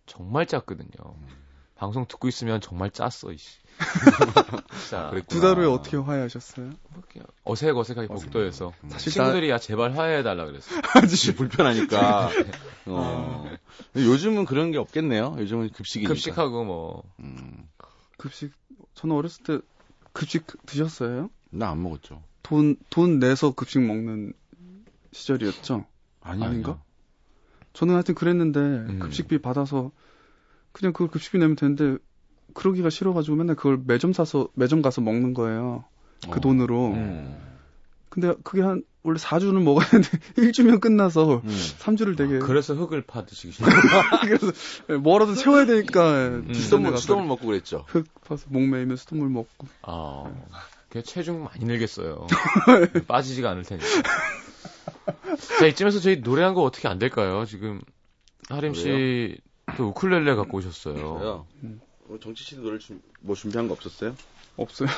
[SPEAKER 1] 정말 짰거든요. 방송 듣고 있으면 정말 짰어
[SPEAKER 4] (laughs)
[SPEAKER 1] 이씨. 진짜
[SPEAKER 3] 두 달 후에
[SPEAKER 1] 아.
[SPEAKER 3] 어떻게 화해하셨어요?
[SPEAKER 1] 그렇게 어색어색하게 복도에서
[SPEAKER 4] 음.
[SPEAKER 3] 사실 나-
[SPEAKER 1] 친구들이 야 제발 화해해달라 그랬어.
[SPEAKER 4] 아저씨 불편하니까. 어. 근데 요즘은 그런 게 없겠네요. 요즘은 급식이니까.
[SPEAKER 1] 급식하고 뭐
[SPEAKER 4] 음,
[SPEAKER 3] 급식 저는 어렸을 때 급식 드셨어요?
[SPEAKER 4] 나 안 먹었죠.
[SPEAKER 3] 돈 돈 내서 급식 먹는 시절이었죠.
[SPEAKER 4] 아니
[SPEAKER 3] 아닌가? 저는 하여튼 그랬는데
[SPEAKER 1] 음.
[SPEAKER 3] 급식비 받아서 그냥 그걸 급식비 내면 되는데 그러기가 싫어가지고 맨날 그걸 매점 사서 매점 가서 먹는 거예요. 그
[SPEAKER 4] 어.
[SPEAKER 3] 돈으로.
[SPEAKER 4] 음.
[SPEAKER 3] 근데 그게 한 원래 4주는 먹어야 되는데 (laughs) 1주면 끝나서
[SPEAKER 4] 음.
[SPEAKER 3] 3주를 되게
[SPEAKER 1] 아, 그래서 흙을 파드시기 싫어.
[SPEAKER 3] (laughs) 그래서 예, 뭐라도 채워야 되니까 비싼 데
[SPEAKER 4] 음. 수돗물,
[SPEAKER 3] 가서
[SPEAKER 4] 수돗물 먹고 그랬죠.
[SPEAKER 3] 흙 파서 목 메이면 수돗물 먹고
[SPEAKER 1] 아, 그 체중 많이 늘겠어요. 빠지지가 않을 테니까. 자, 이쯤에서 저희 노래 한 곡 어떻게 안 될까요? 지금 하림 씨 또 우쿨렐레 갖고 오셨어요.
[SPEAKER 4] 그래요. 오늘 정치 씨도 노래 준- 뭐 준비한 거 없었어요?
[SPEAKER 3] 없어요.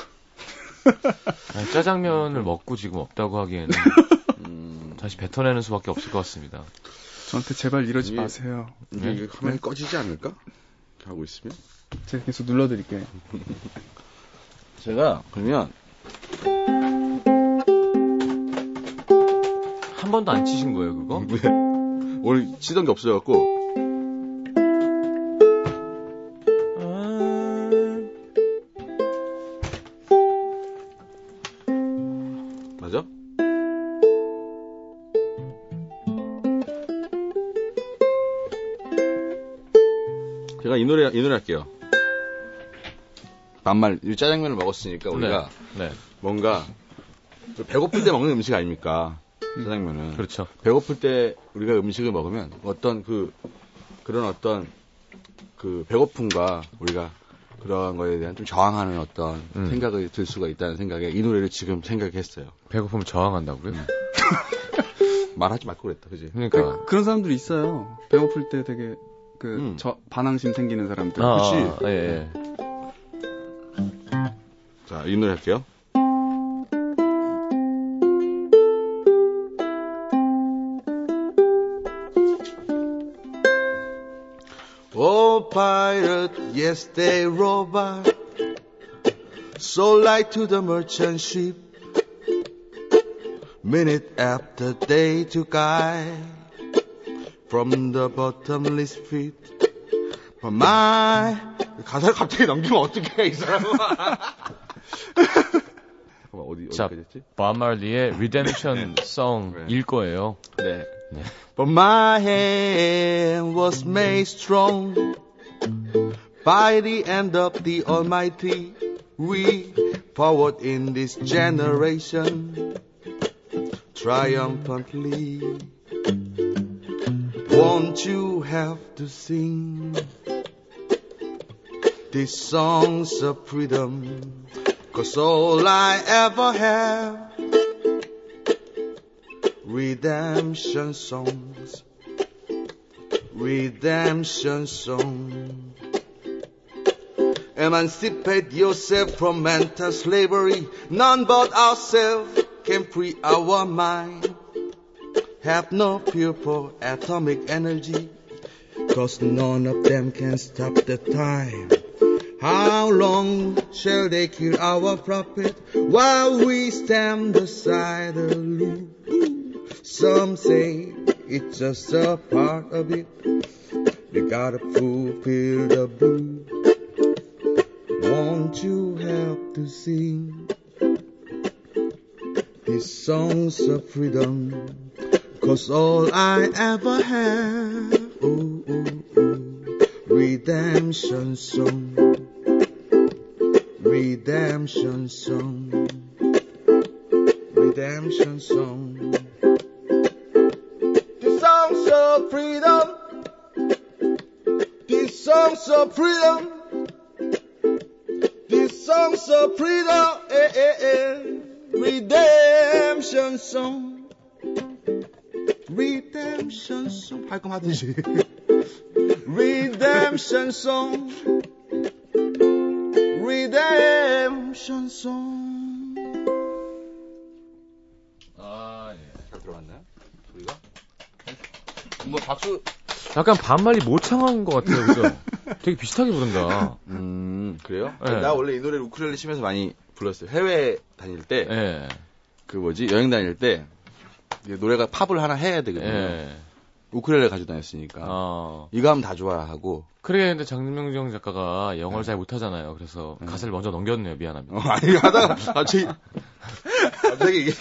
[SPEAKER 3] (laughs)
[SPEAKER 1] 아니, 짜장면을 먹고 지금 없다고 하기에는
[SPEAKER 4] 음.
[SPEAKER 1] 다시 뱉어내는 수밖에 없을 것 같습니다.
[SPEAKER 3] 저한테 제발 이러지
[SPEAKER 4] 예.
[SPEAKER 3] 마세요.
[SPEAKER 4] 이게 이게 화면이 꺼지지 않을까? 이렇게 하고 있으면?
[SPEAKER 3] 제가 계속 눌러드릴게요.
[SPEAKER 4] 제가 그러면
[SPEAKER 1] 한 번도 안 치신 거예요, 그거?
[SPEAKER 4] 왜? 오늘 치던 게 없어져갖고 맞아? 제가 이 노래 이 노래 할게요. 반말 이 짜장면을 먹었으니까 우리가
[SPEAKER 1] 네, 네,
[SPEAKER 4] 뭔가 배고플 때 먹는 음식 아닙니까? 짜장면은
[SPEAKER 1] 그렇죠.
[SPEAKER 4] 배고플 때 우리가 음식을 먹으면 어떤 그 그런 어떤 그 배고픔과 우리가 그런 거에 대한 좀 저항하는 어떤
[SPEAKER 1] 음.
[SPEAKER 4] 생각을 들 수가 있다는 생각에 이 노래를 지금 생각했어요.
[SPEAKER 1] 배고프면 저항한다고요?
[SPEAKER 4] 말하지 말고 그랬다, 그지?
[SPEAKER 1] 그러니까.
[SPEAKER 3] 그런 사람들 있어요. 배고플 때 되게 그
[SPEAKER 4] 음.
[SPEAKER 3] 저, 반항심 생기는 사람들.
[SPEAKER 1] 아, 아, 예, 예.
[SPEAKER 4] 자, 이 노래 할게요. Oh, pirate, yes, they rob us. So light to the merchant ship. Minute after day took I from the bottomless pit. But my 가사를 갑자기 넘기면 어떡해, 이 사람은. 잠깐만, 어디,
[SPEAKER 1] 자,
[SPEAKER 4] 어디까지 했지?
[SPEAKER 1] 바말리의 리뎀션 성일 거예요.
[SPEAKER 4] 네. But my hand was made strong by the end of the Almighty. We forward in this generation triumphantly. Won't you have to sing these songs of freedom? Cause all I ever have redemption songs, redemption songs. Emancipate yourself from mental slavery. None but ourselves can free our mind. Have no fear for atomic energy. Cause none of them can stop the time. How long shall they kill our prophet while we stand decidedly? Some say it's just a part of it. You gotta fulfill the blue. Won't you help to sing these songs of freedom? Cause all I ever have, oh, oh, oh, redemption song, redemption song, redemption song. The songs of freedom, the songs of freedom. The songs of freedom, eh, eh, eh. redemption song, redemption song. 깔끔하듯이. (laughs) redemption song, redemption song.
[SPEAKER 7] 아, 예. 잘 들어갔나요? 우리가? 뭐 박수.
[SPEAKER 1] 약간 반말이 모창한 것 같아요, 그죠? 되게 비슷하게 부른다.
[SPEAKER 5] 음, 그래요?
[SPEAKER 1] 네.
[SPEAKER 5] 나 원래 이 노래를 우쿨렐레 치면서 많이 불렀어요. 해외 다닐 때,
[SPEAKER 1] 예.
[SPEAKER 5] 그 뭐지, 여행 다닐 때, 이제 노래가 팝을 하나 해야 되거든요.
[SPEAKER 1] 예.
[SPEAKER 5] 우쿨렐레 가지고 다녔으니까.
[SPEAKER 1] 어.
[SPEAKER 5] 이거 하면 다 좋아하고.
[SPEAKER 1] 그래, 근데 장명정 작가가 영어를 잘 못하잖아요. 그래서 가사를 먼저 넘겼네요. 미안합니다.
[SPEAKER 5] 어, 아니,
[SPEAKER 1] (laughs)
[SPEAKER 5] 하다가, 갑자기, 갑자기 이게,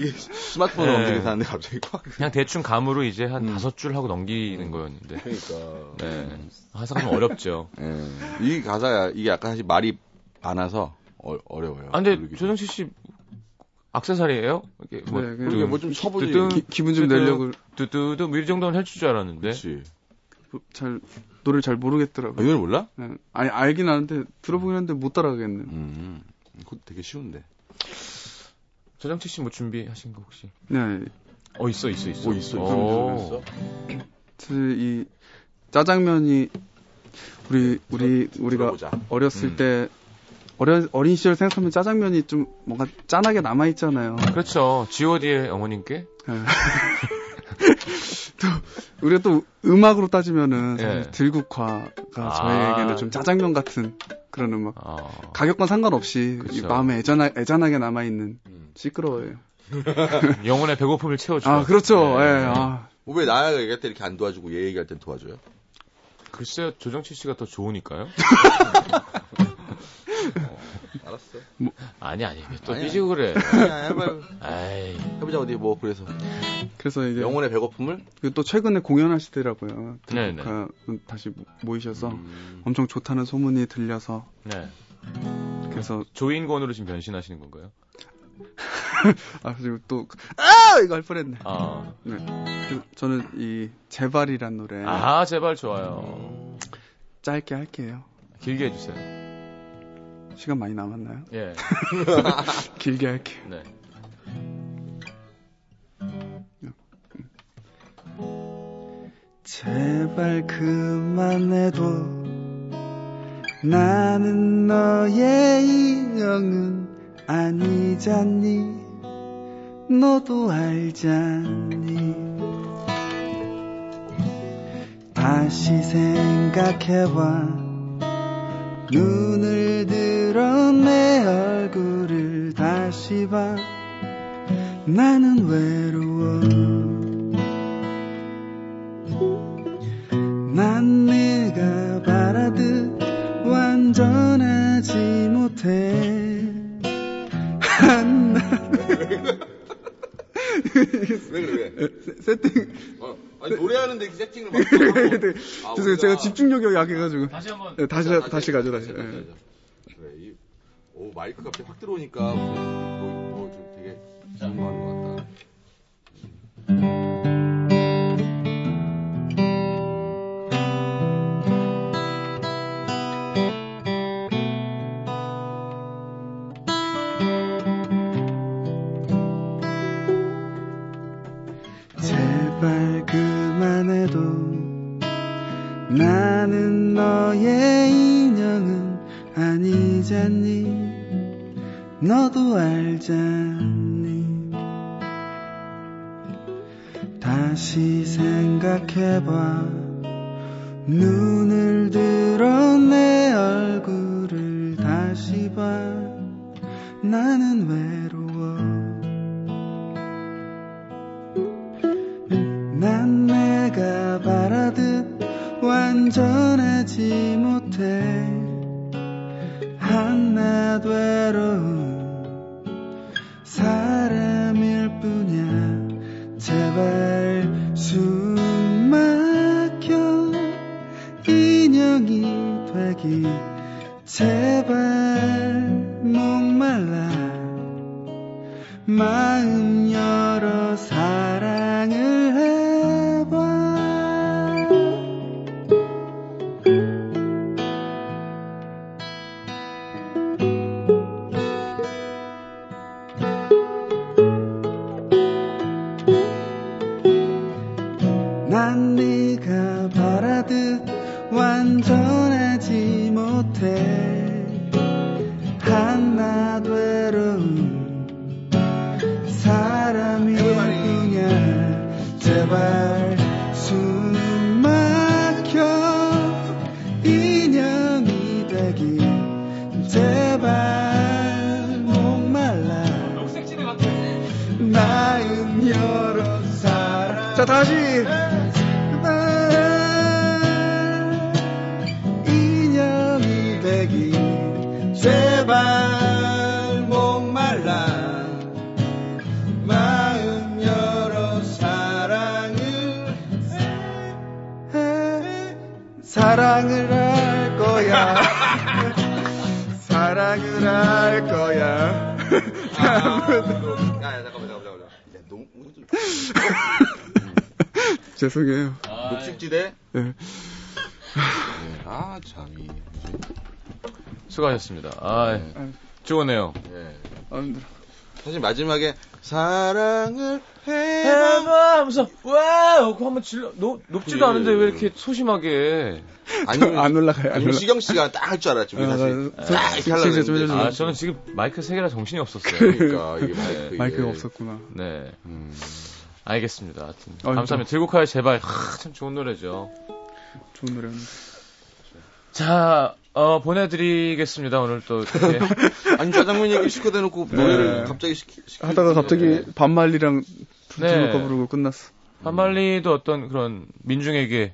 [SPEAKER 5] 이게 스마트폰을
[SPEAKER 1] 네.
[SPEAKER 5] 움직여서 하는데 갑자기 꽉.
[SPEAKER 1] 그냥 대충 감으로 이제 한 다섯 줄 하고 넘기는 거였는데.
[SPEAKER 7] 그러니까.
[SPEAKER 1] 네. 가사가 좀 어렵죠.
[SPEAKER 5] 예. 이 가사가, 이게 약간 사실 말이 많아서 어, 어려워요.
[SPEAKER 1] 아, 근데
[SPEAKER 5] 부르기도.
[SPEAKER 1] 조정치 씨, 악세사리예요 이렇게 뭐,
[SPEAKER 3] 네, 그냥
[SPEAKER 5] 그러게 뭐좀 쳐보지.
[SPEAKER 1] 뚜뚜.
[SPEAKER 3] 기, 기분 좀
[SPEAKER 1] 그-
[SPEAKER 3] 내려고
[SPEAKER 1] 두두두, 뭐, 이 정도는 해줄 줄 알았는데.
[SPEAKER 5] 그렇지.
[SPEAKER 3] 잘 노래를 잘
[SPEAKER 5] 아, 이
[SPEAKER 3] 모르겠더라고요.
[SPEAKER 5] 노래 몰라?
[SPEAKER 3] 네. 아니 알긴 아는데 들어보긴 했는데 못 따라가겠네. 요
[SPEAKER 5] 음. 그거 되게 쉬운데.
[SPEAKER 1] 조정치 씨 뭐 준비하신 거 혹시?
[SPEAKER 3] 네,
[SPEAKER 1] 어, 있어, 있어, 있어.
[SPEAKER 5] 뭐 있어, 있어.
[SPEAKER 1] 오.
[SPEAKER 3] 사실 그 이 짜장면이 우리 우리 우리가
[SPEAKER 5] 들어보자.
[SPEAKER 3] 어렸을
[SPEAKER 1] 음.
[SPEAKER 3] 때 어려, 어린 시절 생각하면 짜장면이 좀 뭔가 짠하게 남아 있잖아요.
[SPEAKER 1] 그렇죠. GOD의 어머님께?
[SPEAKER 3] 우리가 (laughs) 또 음악으로 따지면은 사실
[SPEAKER 1] 예.
[SPEAKER 3] 들국화가
[SPEAKER 1] 아.
[SPEAKER 3] 저희에게는 좀 짜장면 같은 그런 음악.
[SPEAKER 5] 어.
[SPEAKER 1] 아.
[SPEAKER 3] 가격과 상관없이 이
[SPEAKER 1] 그쵸.
[SPEAKER 3] 마음에 애잔하, 애잔하게 남아 있는
[SPEAKER 5] 음.
[SPEAKER 3] 시끄러워요.
[SPEAKER 1] 영혼의 배고픔을 채워주고.
[SPEAKER 3] 아 그렇죠.
[SPEAKER 1] 네.
[SPEAKER 3] 예. 아.
[SPEAKER 5] 왜 나야 얘기할 때 이렇게 안 도와주고 얘 얘기할 땐 도와줘요?
[SPEAKER 1] 글쎄요, 조정치 씨가 더 좋으니까요.
[SPEAKER 3] (laughs)
[SPEAKER 5] 알았어.
[SPEAKER 3] 뭐.
[SPEAKER 1] 아니, 아니, 왜또
[SPEAKER 5] 아니,
[SPEAKER 1] 삐지고 그래.
[SPEAKER 5] 아니야, 해봐요.
[SPEAKER 3] (laughs)
[SPEAKER 1] 아이,
[SPEAKER 5] 해보자, 어디 뭐, 그래서.
[SPEAKER 3] 그래서 이제
[SPEAKER 5] 영혼의 배고픔을?
[SPEAKER 3] 그또 최근에 공연하시더라고요.
[SPEAKER 1] 네네.
[SPEAKER 3] 그 다시 모이셔서 엄청 좋다는 소문이 들려서
[SPEAKER 1] 네.
[SPEAKER 3] 그래서
[SPEAKER 1] 조인권으로 지금 변신하시는 건가요?
[SPEAKER 3] 아 그리고 또아 이거 할 뻔했네.
[SPEAKER 1] 아,
[SPEAKER 3] 그래서 저는 이 제발이란 노래
[SPEAKER 1] 아 제발 좋아요.
[SPEAKER 3] 짧게 할게요.
[SPEAKER 1] 길게 해주세요.
[SPEAKER 3] 시간 많이 남았나요?
[SPEAKER 1] 예,
[SPEAKER 3] 길게 할게요.
[SPEAKER 1] 네.
[SPEAKER 3] 제발 그만해도 나는 너의 인형은 아니잖니 너도 알잖니 다시 생각해봐 눈을 들어 내 얼굴을 다시 봐 나는 외로워 난 내가 바라듯 완전하지 못해 한나
[SPEAKER 5] 왜 그래, 왜?
[SPEAKER 3] 세팅
[SPEAKER 5] 어, 아니, 노래하는데 이렇게 세팅을 막. 하고.
[SPEAKER 3] 죄송해요
[SPEAKER 5] 아, 우리가-
[SPEAKER 3] 제가 집중력이 약해가지고
[SPEAKER 1] 다시 한번.
[SPEAKER 3] 네, 다시
[SPEAKER 5] 자,
[SPEAKER 3] 다시, 가죠 다시
[SPEAKER 5] 다시, 네.
[SPEAKER 3] 예.
[SPEAKER 5] 다시, 다시. 그래, 이, 오, 마이크 갑자기 확 들어오니까, 뭐, 뭐, 좀 되게, 궁금한 것 같다.
[SPEAKER 4] 너도 알잖니 다시 생각해봐 눈을 들어 내 얼굴을 다시 봐 나는 외로워 난 내가 바라듯 완전하지 못해 하나 되러운 사람일 뿐이야 제발 숨 막혀 인형이 되기 제발 목말라 마음 열어 사랑을 해봐 난 네가 바라듯 완전하지 못해 하나 되러운 사람이 그냥 제발 숨 막혀 인형이 되기 제발 목말라 마음 열어 사랑 자 다시 인형이 되기 제발 목말라 마음 열어 사랑을 해. 사랑을 할 거야 사랑을 할 거야
[SPEAKER 5] 야, 야, 잠깐만, 잠깐만, 잠깐만. 야, 너무, 이거 좀-
[SPEAKER 4] 죄송해요
[SPEAKER 5] 아, 녹색지대?
[SPEAKER 4] 네.
[SPEAKER 5] 아, 참. 이-
[SPEAKER 1] 수고하셨습니다. 아,
[SPEAKER 3] 네.
[SPEAKER 4] 아유.
[SPEAKER 1] 좋으네요.
[SPEAKER 5] 예.
[SPEAKER 4] 아 힘들어
[SPEAKER 5] 사실 마지막에, 사랑을 해봐.
[SPEAKER 1] 해봐 하면서 와우 그거 한번 질러 높, 높지도
[SPEAKER 5] 예.
[SPEAKER 1] 않은데 왜 이렇게 소심하게
[SPEAKER 5] 아니면,
[SPEAKER 4] 안 올라가요, 안
[SPEAKER 5] 아니면
[SPEAKER 4] 올라-
[SPEAKER 5] 시경 씨가 딱 할 줄 알았지, 우리
[SPEAKER 4] 아,
[SPEAKER 5] 사실.
[SPEAKER 4] 나-
[SPEAKER 5] 딱
[SPEAKER 4] 소-
[SPEAKER 5] 이렇게 하려고
[SPEAKER 4] 진짜 좀
[SPEAKER 5] 했는데.
[SPEAKER 4] 해주세요.
[SPEAKER 1] 아 저는 지금 마이크 세 개라 정신이 없었어요.
[SPEAKER 3] (laughs)
[SPEAKER 5] 그러니까, 이게 마이크.
[SPEAKER 4] 네, 마이크가
[SPEAKER 5] 이게.
[SPEAKER 4] 없었구나
[SPEAKER 1] 네
[SPEAKER 5] 음. 어, 그러니까.
[SPEAKER 1] 알겠습니다. 하여튼
[SPEAKER 4] 아이고.
[SPEAKER 1] 감사합니다. 들국화의 제발 하, 참 좋은 노래죠.
[SPEAKER 4] 좋은 노래였는데
[SPEAKER 1] 자 어, 보내드리겠습니다. 오늘 또
[SPEAKER 5] (laughs)
[SPEAKER 1] 이렇게
[SPEAKER 5] 음. 아니, 짜장면 얘기 시켜 대놓고 노래를 갑자기 시키, 시키
[SPEAKER 4] 네. 하다가 갑자기 반말리랑
[SPEAKER 1] 네.
[SPEAKER 4] 불지불거 부르고 끝났어
[SPEAKER 1] 한말리도 어떤 그런 민중에게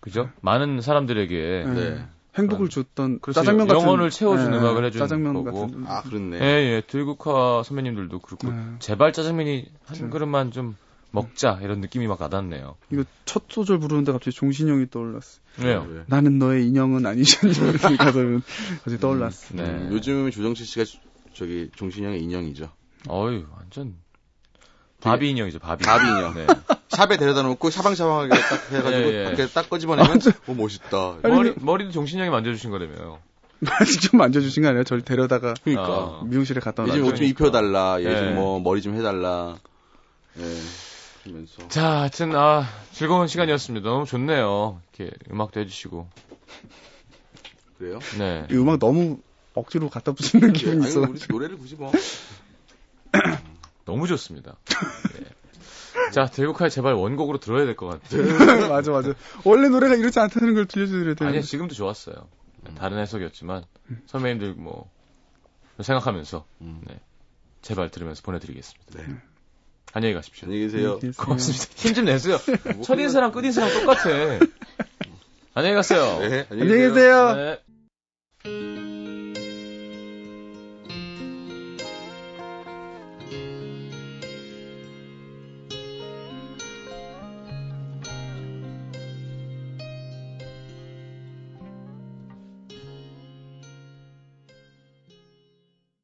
[SPEAKER 1] 그죠?
[SPEAKER 5] 음.
[SPEAKER 1] 많은 사람들에게
[SPEAKER 4] 네.
[SPEAKER 5] 네.
[SPEAKER 4] 행복을 줬던
[SPEAKER 1] 아, 그래서
[SPEAKER 4] 짜장면 같은
[SPEAKER 1] 영혼을 채워준
[SPEAKER 4] 네,
[SPEAKER 1] 음악을 해준
[SPEAKER 4] 짜장면
[SPEAKER 1] 거고.
[SPEAKER 4] 같은
[SPEAKER 5] 아, 그렇네.
[SPEAKER 1] 예예 들국화 선배님들도 그렇고
[SPEAKER 5] 음.
[SPEAKER 4] 네.
[SPEAKER 1] 제발 짜장면이 한
[SPEAKER 4] 좀.
[SPEAKER 1] 그릇만 좀 먹자 이런 느낌이 막 나닿네요.
[SPEAKER 4] 이거 첫 소절 부르는데 갑자기 종신형이 떠올랐어
[SPEAKER 1] 왜요?
[SPEAKER 5] 네.
[SPEAKER 4] 나는 너의 인형은 아니잖니 이 (laughs) 가사는 갑자기 떠올랐어
[SPEAKER 1] 네.
[SPEAKER 5] 음, 요즘 조정치 씨가 주- 저기 종신형의 인형이죠.
[SPEAKER 1] 어유 완전 바비 인형이죠 바비.
[SPEAKER 5] 바비 인형. (laughs)
[SPEAKER 1] 네.
[SPEAKER 5] 샵에 데려다 놓고 샤방샤방하게 딱 해가지고
[SPEAKER 1] (laughs) 예, 예.
[SPEAKER 5] 밖에 딱 꺼집어내면 오 멋있다. 뭐,
[SPEAKER 1] 머리 머리도 정신형이 만져주신 거라며요.
[SPEAKER 4] 직접 만져주신 거 (laughs) 아니야? 저를 데려다가 아,
[SPEAKER 5] 그러니까
[SPEAKER 1] 어.
[SPEAKER 4] 미용실에 갖다
[SPEAKER 5] 얘
[SPEAKER 4] 놔
[SPEAKER 5] 좀뭐 옷 좀 입혀달라. 얘
[SPEAKER 1] 예.
[SPEAKER 5] 좀 뭐 머리 좀 해달라. 예. 그러면서
[SPEAKER 1] 자, 하여튼 아 즐거운 시간이었습니다. 너무 좋네요. 이렇게 음악도 해주시고.
[SPEAKER 5] 그래요?
[SPEAKER 1] 네.
[SPEAKER 4] 이 음악 너무 억지로 갖다 붙이는 기분이
[SPEAKER 5] 아니
[SPEAKER 4] 있어 (laughs)
[SPEAKER 5] 우리 노래를 굳이 뭐
[SPEAKER 1] 너무 좋습니다. 네. 자, 들국화의 제발 원곡으로 들어야 될 것 같아요.
[SPEAKER 4] 맞아 맞아 원래 노래가 이렇지 않다는 걸 들려드려야
[SPEAKER 1] 아니,
[SPEAKER 4] 되는데
[SPEAKER 1] 지금도 좋았어요. 다른 해석이었지만, 선배님들 뭐, 생각하면서,
[SPEAKER 5] 음.
[SPEAKER 1] 네. 제발 들으면서 보내드리겠습니다.
[SPEAKER 5] 네.
[SPEAKER 1] 안녕히 가십시오.
[SPEAKER 5] 안녕히 계세요.
[SPEAKER 1] 고맙습니다. 음. 뭐, 힘 좀 내세요. 첫인사랑 끝인사랑 똑같아. 안녕히 가세요.
[SPEAKER 5] 네,
[SPEAKER 4] 안녕히 계세요
[SPEAKER 1] 네.